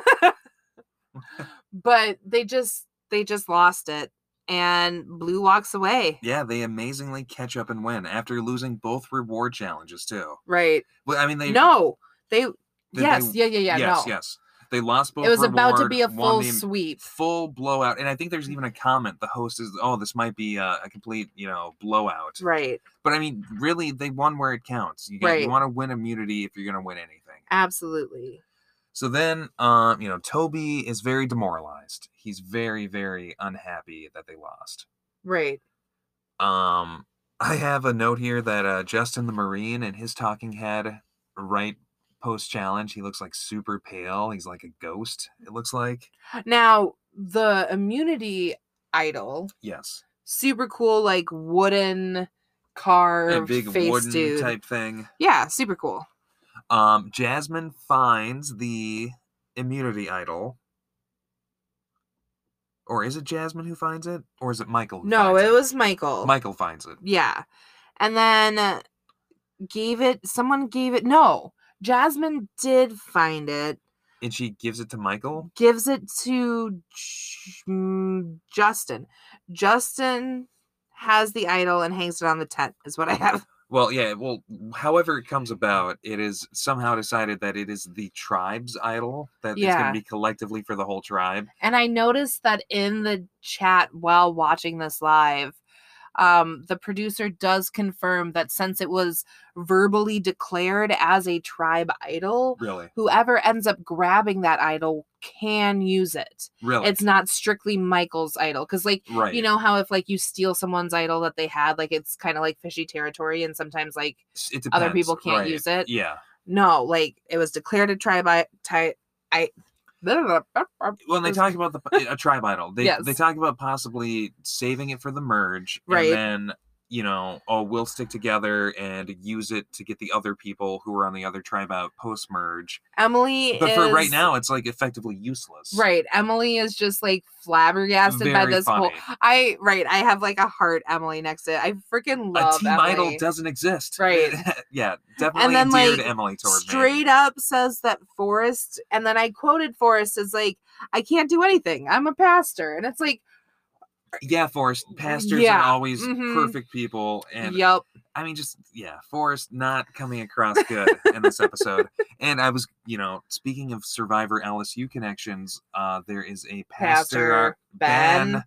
Speaker 2: but they just they just lost it and Blue walks away.
Speaker 1: yeah, they amazingly catch up and win after losing both reward challenges too.
Speaker 2: Right.
Speaker 1: Well, I mean, they
Speaker 2: no. They
Speaker 1: they-
Speaker 2: yes, yeah, yeah, yeah,
Speaker 1: yes,
Speaker 2: no.
Speaker 1: yes. They lost both.
Speaker 2: it was about to
Speaker 1: reward,
Speaker 2: be a
Speaker 1: won
Speaker 2: full
Speaker 1: the
Speaker 2: sweep.
Speaker 1: full blowout, and I think there's even a comment. The host is, "Oh, this might be a, a complete, you know, blowout."
Speaker 2: Right.
Speaker 1: But I mean, really, they won where it counts. You, get-
Speaker 2: Right.
Speaker 1: you want to win immunity if you're going to win anything.
Speaker 2: Absolutely.
Speaker 1: So then, um, you know, Toby is very demoralized. He's very, very unhappy that they lost.
Speaker 2: Right.
Speaker 1: Um, I have a note here that uh, Justin the Marine and his talking head, right post challenge, he looks like super pale. He's like a ghost. It looks like
Speaker 2: Now, the immunity idol,
Speaker 1: Yes.
Speaker 2: super cool, like wooden
Speaker 1: A
Speaker 2: carved
Speaker 1: big
Speaker 2: face
Speaker 1: wooden
Speaker 2: dude.
Speaker 1: type thing.
Speaker 2: Yeah, super cool.
Speaker 1: Um, Jasmine finds the immunity idol. Or is it Jasmine who finds it? Or is it Michael? who
Speaker 2: No,
Speaker 1: finds
Speaker 2: it was Michael.
Speaker 1: Michael finds it.
Speaker 2: Yeah. And then uh, gave it, someone gave it, no, Jasmine did find it,
Speaker 1: And she gives it to Michael.
Speaker 2: gives it to J- mm, Justin. Justin has the idol and hangs it on the tent, is what I have.
Speaker 1: Well, yeah, well, however it comes about, it is somehow decided that it is the tribe's idol, that it's
Speaker 2: Yeah.
Speaker 1: going to be collectively for the whole tribe.
Speaker 2: And I noticed that in the chat while watching this live, um, the producer does confirm that since it was verbally declared as a tribe idol,
Speaker 1: Really?
Speaker 2: whoever ends up grabbing that idol can use it.
Speaker 1: Really?
Speaker 2: It's not strictly Michael's idol. Because, like,
Speaker 1: right.
Speaker 2: you know how if, like, you steal someone's idol that they had, like, it's kind of like fishy territory, and sometimes, like,
Speaker 1: S- it
Speaker 2: other people
Speaker 1: depends,
Speaker 2: can't use it?
Speaker 1: Yeah.
Speaker 2: no, like, it was declared a tribe. I, ti- I,
Speaker 1: Well, they
Speaker 2: Those-
Speaker 1: talk about the a tribe idol. They they
Speaker 2: Yes.
Speaker 1: talk about possibly saving it for the merge,
Speaker 2: Right.
Speaker 1: And then you know, oh, we'll stick together and use it to get the other people who are on the other tribe out post merge.
Speaker 2: Emily.
Speaker 1: But for right
Speaker 2: is-
Speaker 1: now, it's like effectively useless.
Speaker 2: Right. Emily is just like flabbergasted by
Speaker 1: Very
Speaker 2: this whole
Speaker 1: funny.
Speaker 2: I right, I have like a heart Emily next to it. I freaking
Speaker 1: A
Speaker 2: love
Speaker 1: team
Speaker 2: Emily.
Speaker 1: idol doesn't exist.
Speaker 2: Right.
Speaker 1: yeah, definitely
Speaker 2: then,
Speaker 1: endeared
Speaker 2: like,
Speaker 1: Emily toward me.
Speaker 2: straight up says that Forrest, and then I quoted Forrest as like, I can't do anything. I'm a pastor. And it's like,
Speaker 1: Yeah, Forrest. Pastors
Speaker 2: Yeah,
Speaker 1: are always
Speaker 2: mhm.
Speaker 1: perfect people, and
Speaker 2: yep.
Speaker 1: I mean, just yeah, Forrest not coming across good in this episode. And I was, you know, speaking of Survivor LSU connections, uh, there is a pastor, uh,
Speaker 2: Pastor Ben.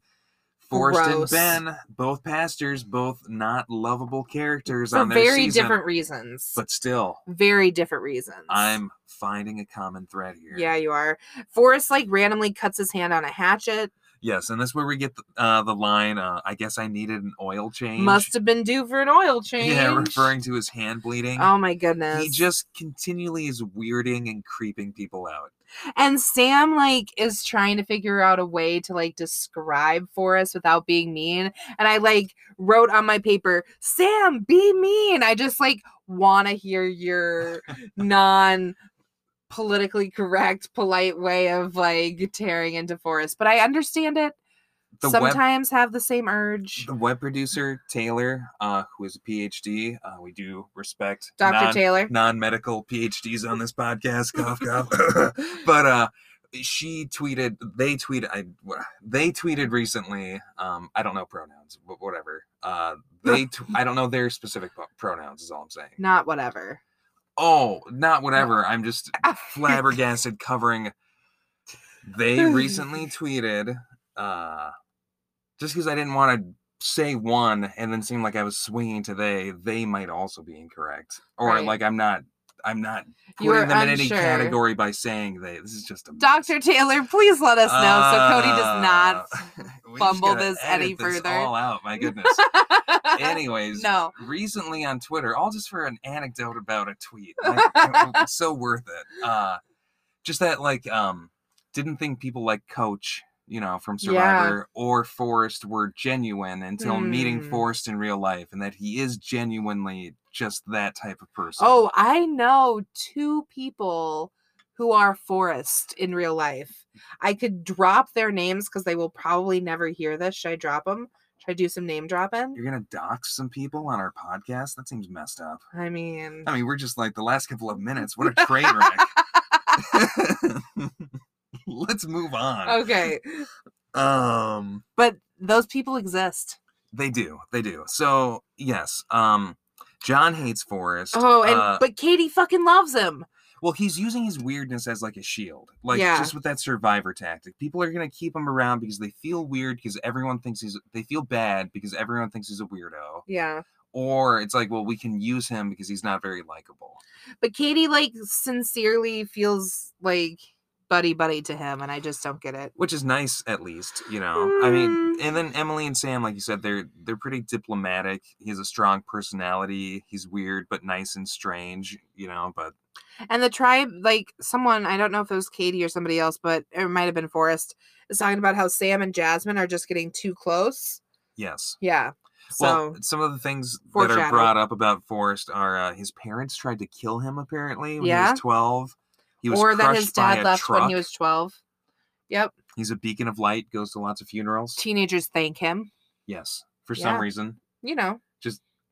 Speaker 1: Forrest
Speaker 2: Gross.
Speaker 1: and Ben, both pastors, both not lovable characters
Speaker 2: For
Speaker 1: on their
Speaker 2: very
Speaker 1: season,
Speaker 2: different reasons.
Speaker 1: but still,
Speaker 2: very different reasons.
Speaker 1: I'm finding a common thread here.
Speaker 2: yeah, you are. Forrest like randomly cuts his hand on a hatchet.
Speaker 1: Yes, and that's where we get the, uh, the line. Uh, I guess I needed an oil change.
Speaker 2: Must have been due for an oil change.
Speaker 1: Yeah, referring to his hand bleeding.
Speaker 2: Oh my goodness.
Speaker 1: he just continually is weirding and creeping people out.
Speaker 2: And Sam like is trying to figure out a way to like describe Forrest without being mean. And I like wrote on my paper, Sam, be mean. I just like wanna hear your non politically correct, polite way of like tearing into Forrest. But I understand it.
Speaker 1: The web
Speaker 2: Sometimes have the same urge.
Speaker 1: the web producer Taylor, uh, who is a PhD. Uh, we do respect
Speaker 2: Dr.
Speaker 1: non-
Speaker 2: Taylor.
Speaker 1: non-medical PhDs on this podcast. cough, cough. but uh, she tweeted. They tweeted. I they tweeted recently. Um, I don't know pronouns, but whatever. Uh, they. T- I don't know their specific po- pronouns. Is all I'm saying.
Speaker 2: Not whatever.
Speaker 1: Oh,
Speaker 2: Uh,
Speaker 1: not whatever. I'm just flabbergasted covering. They recently tweeted, uh, just because I didn't want to say one and then seem like I was swinging to they, they might also be incorrect, or
Speaker 2: Right.
Speaker 1: like I'm not, I'm not
Speaker 2: You
Speaker 1: putting
Speaker 2: are
Speaker 1: them in any
Speaker 2: unsure.
Speaker 1: category by saying they. This is just a mess.
Speaker 2: Dr. Taylor, please let us know so Cody does not
Speaker 1: Uh, we just
Speaker 2: bumble
Speaker 1: gotta
Speaker 2: this any
Speaker 1: edit this
Speaker 2: further.
Speaker 1: All out, my goodness. Ah. Anyways,
Speaker 2: no.
Speaker 1: recently on Twitter, all just for an anecdote about a tweet. Like, it's so worth it. Uh, just that, like, um, didn't think people like Coach, you know, from
Speaker 2: Yeah.
Speaker 1: Survivor or Forrest were genuine until meeting
Speaker 2: Hmm.
Speaker 1: Forrest in real life, and that he is genuinely just that type of person.
Speaker 2: Oh, I know two people who are Forrest in real life. I could drop their names because they will probably never hear this. Should I drop them? Should I do some name dropping?
Speaker 1: you're gonna dox some people on our podcast? That seems messed up.
Speaker 2: I mean,
Speaker 1: I mean, we're just like the last couple of minutes. What a train wreck. Let's move on.
Speaker 2: okay, Oh,
Speaker 1: Um,
Speaker 2: but those people exist.
Speaker 1: They do. They do. So yes, um, John hates Forrest.
Speaker 2: Oh, and
Speaker 1: uh,
Speaker 2: but Katie fucking loves him.
Speaker 1: well, he's using his weirdness as like a shield, like
Speaker 2: Yeah.
Speaker 1: just with that survivor tactic. People are gonna keep him around because they feel weird because everyone thinks he's. They feel bad because everyone thinks he's a weirdo,
Speaker 2: Yeah,
Speaker 1: or it's like, well, we can use him because he's not very likable.
Speaker 2: but Katie like sincerely feels like buddy buddy to him, and I just don't get it.
Speaker 1: which is nice at least you know i mean
Speaker 2: Mm.
Speaker 1: and then emily and sam like you said they're they're pretty diplomatic he has a strong personality he's weird but nice and strange you know but
Speaker 2: And the tribe, like someone, I don't know if it was Katie or somebody else, but it might have been Forrest, is talking about how Sam and Jasmine are just getting too close.
Speaker 1: Yes.
Speaker 2: Yeah. So
Speaker 1: well, some of the things that are
Speaker 2: Foreshadow.
Speaker 1: brought up about Forrest are uh, his parents tried to kill him apparently when he
Speaker 2: Yeah.
Speaker 1: was 12. He was
Speaker 2: or that
Speaker 1: crushed
Speaker 2: his
Speaker 1: by
Speaker 2: dad
Speaker 1: a
Speaker 2: left when he
Speaker 1: truck.
Speaker 2: was 12. Yep.
Speaker 1: He's a beacon of light, goes to lots of funerals.
Speaker 2: Teenagers thank him,
Speaker 1: yes, for
Speaker 2: Yeah.
Speaker 1: some reason.
Speaker 2: you know,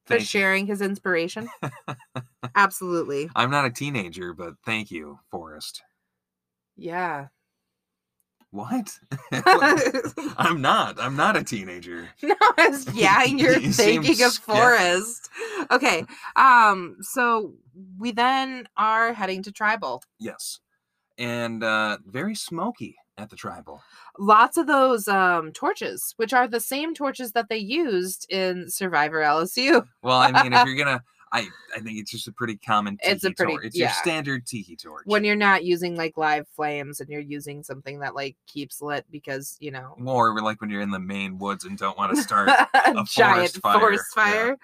Speaker 2: for
Speaker 1: Thank you.
Speaker 2: sharing his inspiration. Absolutely.
Speaker 1: I'm not a teenager, but thank you, Forrest.
Speaker 2: Yeah.
Speaker 1: What?
Speaker 2: no,
Speaker 1: I'm not. I'm not a teenager.
Speaker 2: it's, yeah, you're
Speaker 1: You seem
Speaker 2: thinking of
Speaker 1: scared.
Speaker 2: Forrest. Okay. Um, so we then are heading to tribal.
Speaker 1: Yes. And uh, very smoky at the tribal.
Speaker 2: lots of those um torches which are the same torches that they used in survivor lsu
Speaker 1: Well, I mean, if you're gonna, I I think it's just a pretty common. Tiki
Speaker 2: It's a pretty-
Speaker 1: torch. It's
Speaker 2: yeah.
Speaker 1: your standard tiki torch.
Speaker 2: when you're not using like live flames and you're using something that like keeps lit because you know
Speaker 1: or like when you're in the main woods and don't want to start.
Speaker 2: a giant
Speaker 1: forest fire,
Speaker 2: forest
Speaker 1: yeah.
Speaker 2: fire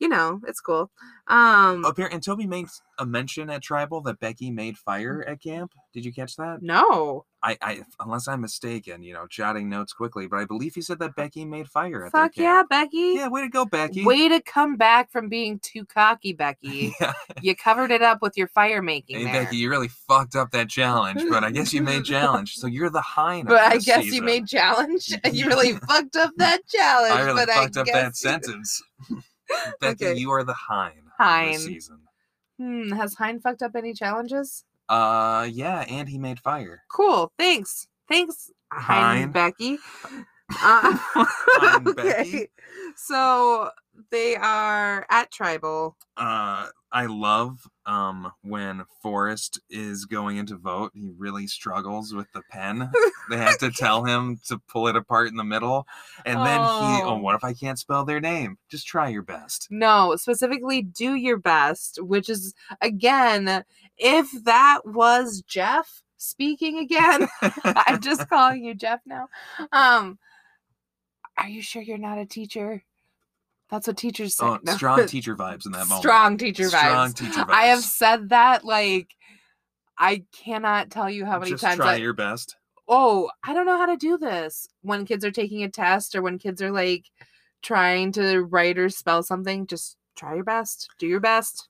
Speaker 2: you know it's cool um
Speaker 1: Appear and Toby makes a mention at tribal that Becky made
Speaker 2: Mm.
Speaker 1: fire at camp. Did you catch that?
Speaker 2: no
Speaker 1: I, I unless I'm mistaken, you know, jotting notes quickly, but I believe he said that Becky made fire at their
Speaker 2: Uh-huh. fuck yeah
Speaker 1: camp.
Speaker 2: becky
Speaker 1: Yeah, way to go, Becky.
Speaker 2: way to come back from being too cocky becky
Speaker 1: yeah.
Speaker 2: you covered it up with your fire making
Speaker 1: Hey
Speaker 2: there.
Speaker 1: Becky, you really fucked up that challenge, but I guess you made challenge, so you're the high.
Speaker 2: but I guess you made challenge. You really
Speaker 1: Yeah.
Speaker 2: fucked up that challenge.
Speaker 1: I really
Speaker 2: but
Speaker 1: fucked
Speaker 2: I
Speaker 1: up
Speaker 2: guess
Speaker 1: that sentence. Becky,
Speaker 2: Okay.
Speaker 1: you are the Hine. Of
Speaker 2: Hine.
Speaker 1: this season.
Speaker 2: Hmm, has Hein fucked up any challenges?
Speaker 1: Uh, yeah, and he made fire.
Speaker 2: Cool. Thanks. Thanks, Hein,
Speaker 1: Hein.
Speaker 2: Becky. Uh,
Speaker 1: Hein Becky.
Speaker 2: So they are at tribal.
Speaker 1: Uh, I love um when Forrest is going in to vote. He really struggles with the pen. They have to tell him to pull it apart in the middle, and then he.
Speaker 2: Oh.
Speaker 1: Oh, what if I can't spell their name? Just try your best.
Speaker 2: No, specifically do your best, which is again, if that was Jeff speaking again, I'm just calling you Jeff now. Um are you sure you're not a teacher? That's what teachers say.
Speaker 1: Oh,
Speaker 2: No.
Speaker 1: strong teacher vibes in that moment.
Speaker 2: Strong teacher
Speaker 1: Strong
Speaker 2: vibes.
Speaker 1: teacher vibes.
Speaker 2: I have said that like I cannot tell you how many
Speaker 1: Just
Speaker 2: times
Speaker 1: try
Speaker 2: I,
Speaker 1: your best.
Speaker 2: oh, I don't know how to do this when kids are taking a test or when kids are like trying to write or spell something, just try your best. Do your best.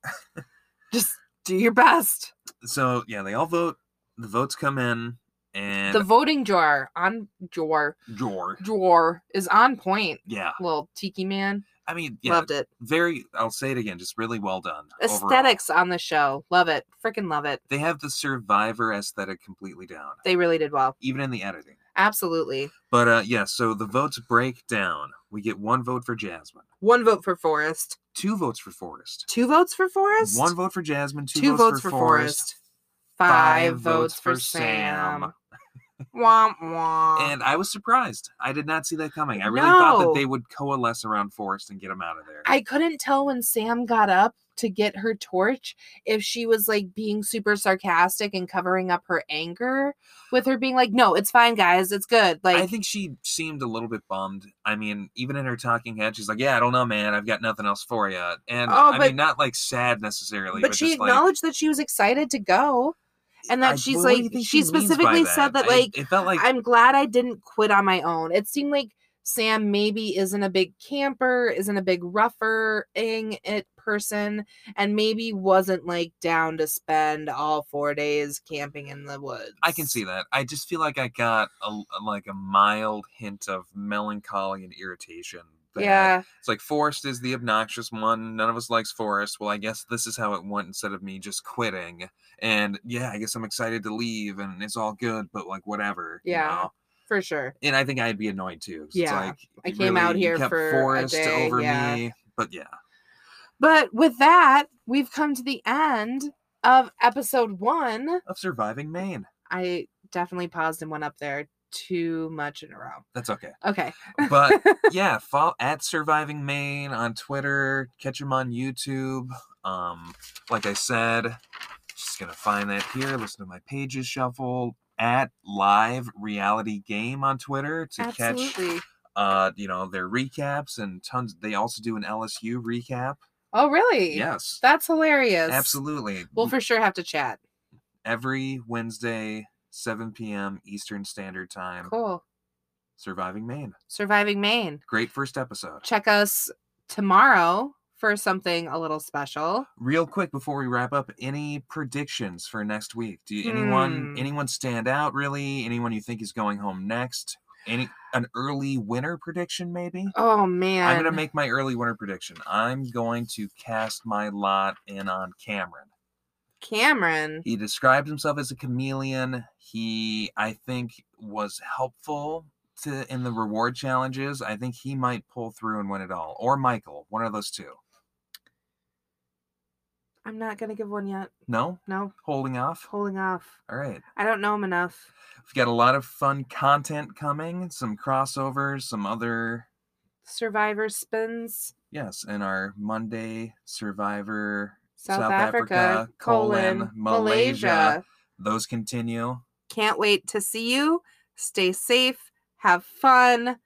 Speaker 2: just do your best.
Speaker 1: So yeah, they all vote. The votes come in, and
Speaker 2: The voting jar on drawer
Speaker 1: drawer.
Speaker 2: drawer is on point.
Speaker 1: Yeah,
Speaker 2: Little tiki man.
Speaker 1: I mean, yeah,
Speaker 2: Loved it.
Speaker 1: very. I'll say it again. Just really well done. overall.
Speaker 2: Aesthetics on the show. Love it. Freaking love it.
Speaker 1: They have the survivor aesthetic completely down,
Speaker 2: They really did well.
Speaker 1: even in the editing.
Speaker 2: Absolutely.
Speaker 1: But uh, yeah, so the votes break down. We get one vote for Jasmine,
Speaker 2: One vote for Forrest.
Speaker 1: two votes for Forrest,
Speaker 2: Two votes for Forrest?
Speaker 1: one vote for Jasmine, two,
Speaker 2: Two votes for Forrest. Five,
Speaker 1: five votes
Speaker 2: votes for
Speaker 1: for Sam.
Speaker 2: Sam. womp womp.
Speaker 1: And I was surprised. I did not see that coming. I really thought
Speaker 2: No.
Speaker 1: that they would coalesce around Forrest and get him out of there.
Speaker 2: I couldn't tell when Sam got up to get her torch if she was like being super sarcastic and covering up her anger with her being like, "No, it's fine, guys. It's good." Like,
Speaker 1: I think she seemed a little bit bummed. I mean, even in her talking head, she's like, "Yeah, I don't know, man. I've got nothing else for you." And
Speaker 2: Oh,
Speaker 1: I
Speaker 2: but-
Speaker 1: mean, not like sad necessarily, but,
Speaker 2: but she
Speaker 1: just, like,
Speaker 2: acknowledged that she was excited to go and that
Speaker 1: I-
Speaker 2: she's
Speaker 1: well, what do
Speaker 2: like
Speaker 1: you think
Speaker 2: she
Speaker 1: means by
Speaker 2: specifically said that
Speaker 1: I-
Speaker 2: like,
Speaker 1: it felt like
Speaker 2: "I'm glad I didn't quit on my own." It seemed like Sam maybe isn't a big camper, isn't a big roughing it person, and maybe wasn't like down to spend all four days camping in the woods.
Speaker 1: I can see that. I just feel like I got a, a- like a mild hint of melancholy and irritation. that
Speaker 2: Yeah,
Speaker 1: it's like Forrest is the obnoxious one. None of us likes Forrest. Well, I guess this is how it went instead of me just quitting. And yeah, I guess I'm excited to leave, and it's all good. But like, whatever. you
Speaker 2: Yeah.
Speaker 1: know?
Speaker 2: for sure.
Speaker 1: and I think I'd be annoyed too. 'cause
Speaker 2: Yeah,
Speaker 1: it's like,
Speaker 2: I
Speaker 1: you
Speaker 2: came out
Speaker 1: really- you
Speaker 2: here
Speaker 1: kept
Speaker 2: for a
Speaker 1: Forrest
Speaker 2: day,
Speaker 1: over
Speaker 2: yeah.
Speaker 1: me, but yeah,
Speaker 2: But with that, we've come to the end of episode one.
Speaker 1: of surviving Maine.
Speaker 2: I definitely paused and went up there too much in a row.
Speaker 1: That's okay.
Speaker 2: Okay.
Speaker 1: But yeah, follow at surviving Maine on Twitter. Catch him on YouTube. Um, like I said, just gonna find that here. Listen to my pages shuffle at live reality game on Twitter to catch
Speaker 2: Absolutely.
Speaker 1: uh you know their recaps and tons. They also do an LSU recap.
Speaker 2: Oh, really?
Speaker 1: Yes,
Speaker 2: That's hilarious.
Speaker 1: absolutely.
Speaker 2: We'll for sure have to chat.
Speaker 1: every Wednesday, 7 p.m. Eastern Standard Time.
Speaker 2: Cool.
Speaker 1: Surviving Maine.
Speaker 2: Surviving Maine.
Speaker 1: Great first episode.
Speaker 2: Check us tomorrow for something a little special.
Speaker 1: Real quick before we wrap up, any predictions for next week? Do you, anyone
Speaker 2: Hmm.
Speaker 1: anyone stand out really? Anyone you think is going home next? Any an early winner prediction maybe?
Speaker 2: Oh man.
Speaker 1: I'm gonna make my early winner prediction. I'm going to cast my lot in on Cameron.
Speaker 2: Cameron.
Speaker 1: He describes himself as a chameleon. He, I think, was helpful to in the reward challenges. I think he might pull through and win it all, or Michael, one of those two.
Speaker 2: I'm not gonna give one yet.
Speaker 1: No,
Speaker 2: No,
Speaker 1: holding off.
Speaker 2: holding off.
Speaker 1: All right,
Speaker 2: I don't know him enough.
Speaker 1: we've got a lot of fun content coming. Some crossovers, some other
Speaker 2: Survivor spins
Speaker 1: yes, in our Monday Survivor.
Speaker 2: South,
Speaker 1: South
Speaker 2: Africa,
Speaker 1: Africa,
Speaker 2: colon,
Speaker 1: colon,
Speaker 2: Malaysia.
Speaker 1: Malaysia. Those continue.
Speaker 2: Can't wait to see you. Stay safe. Have fun.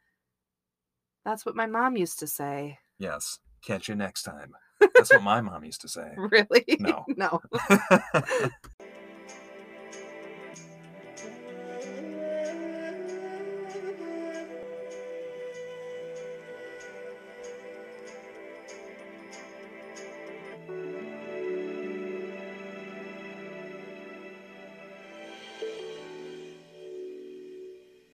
Speaker 2: That's what my mom used to say.
Speaker 1: Yes, catch you next time. That's what my mom used to say.
Speaker 2: Really?
Speaker 1: No.
Speaker 2: no.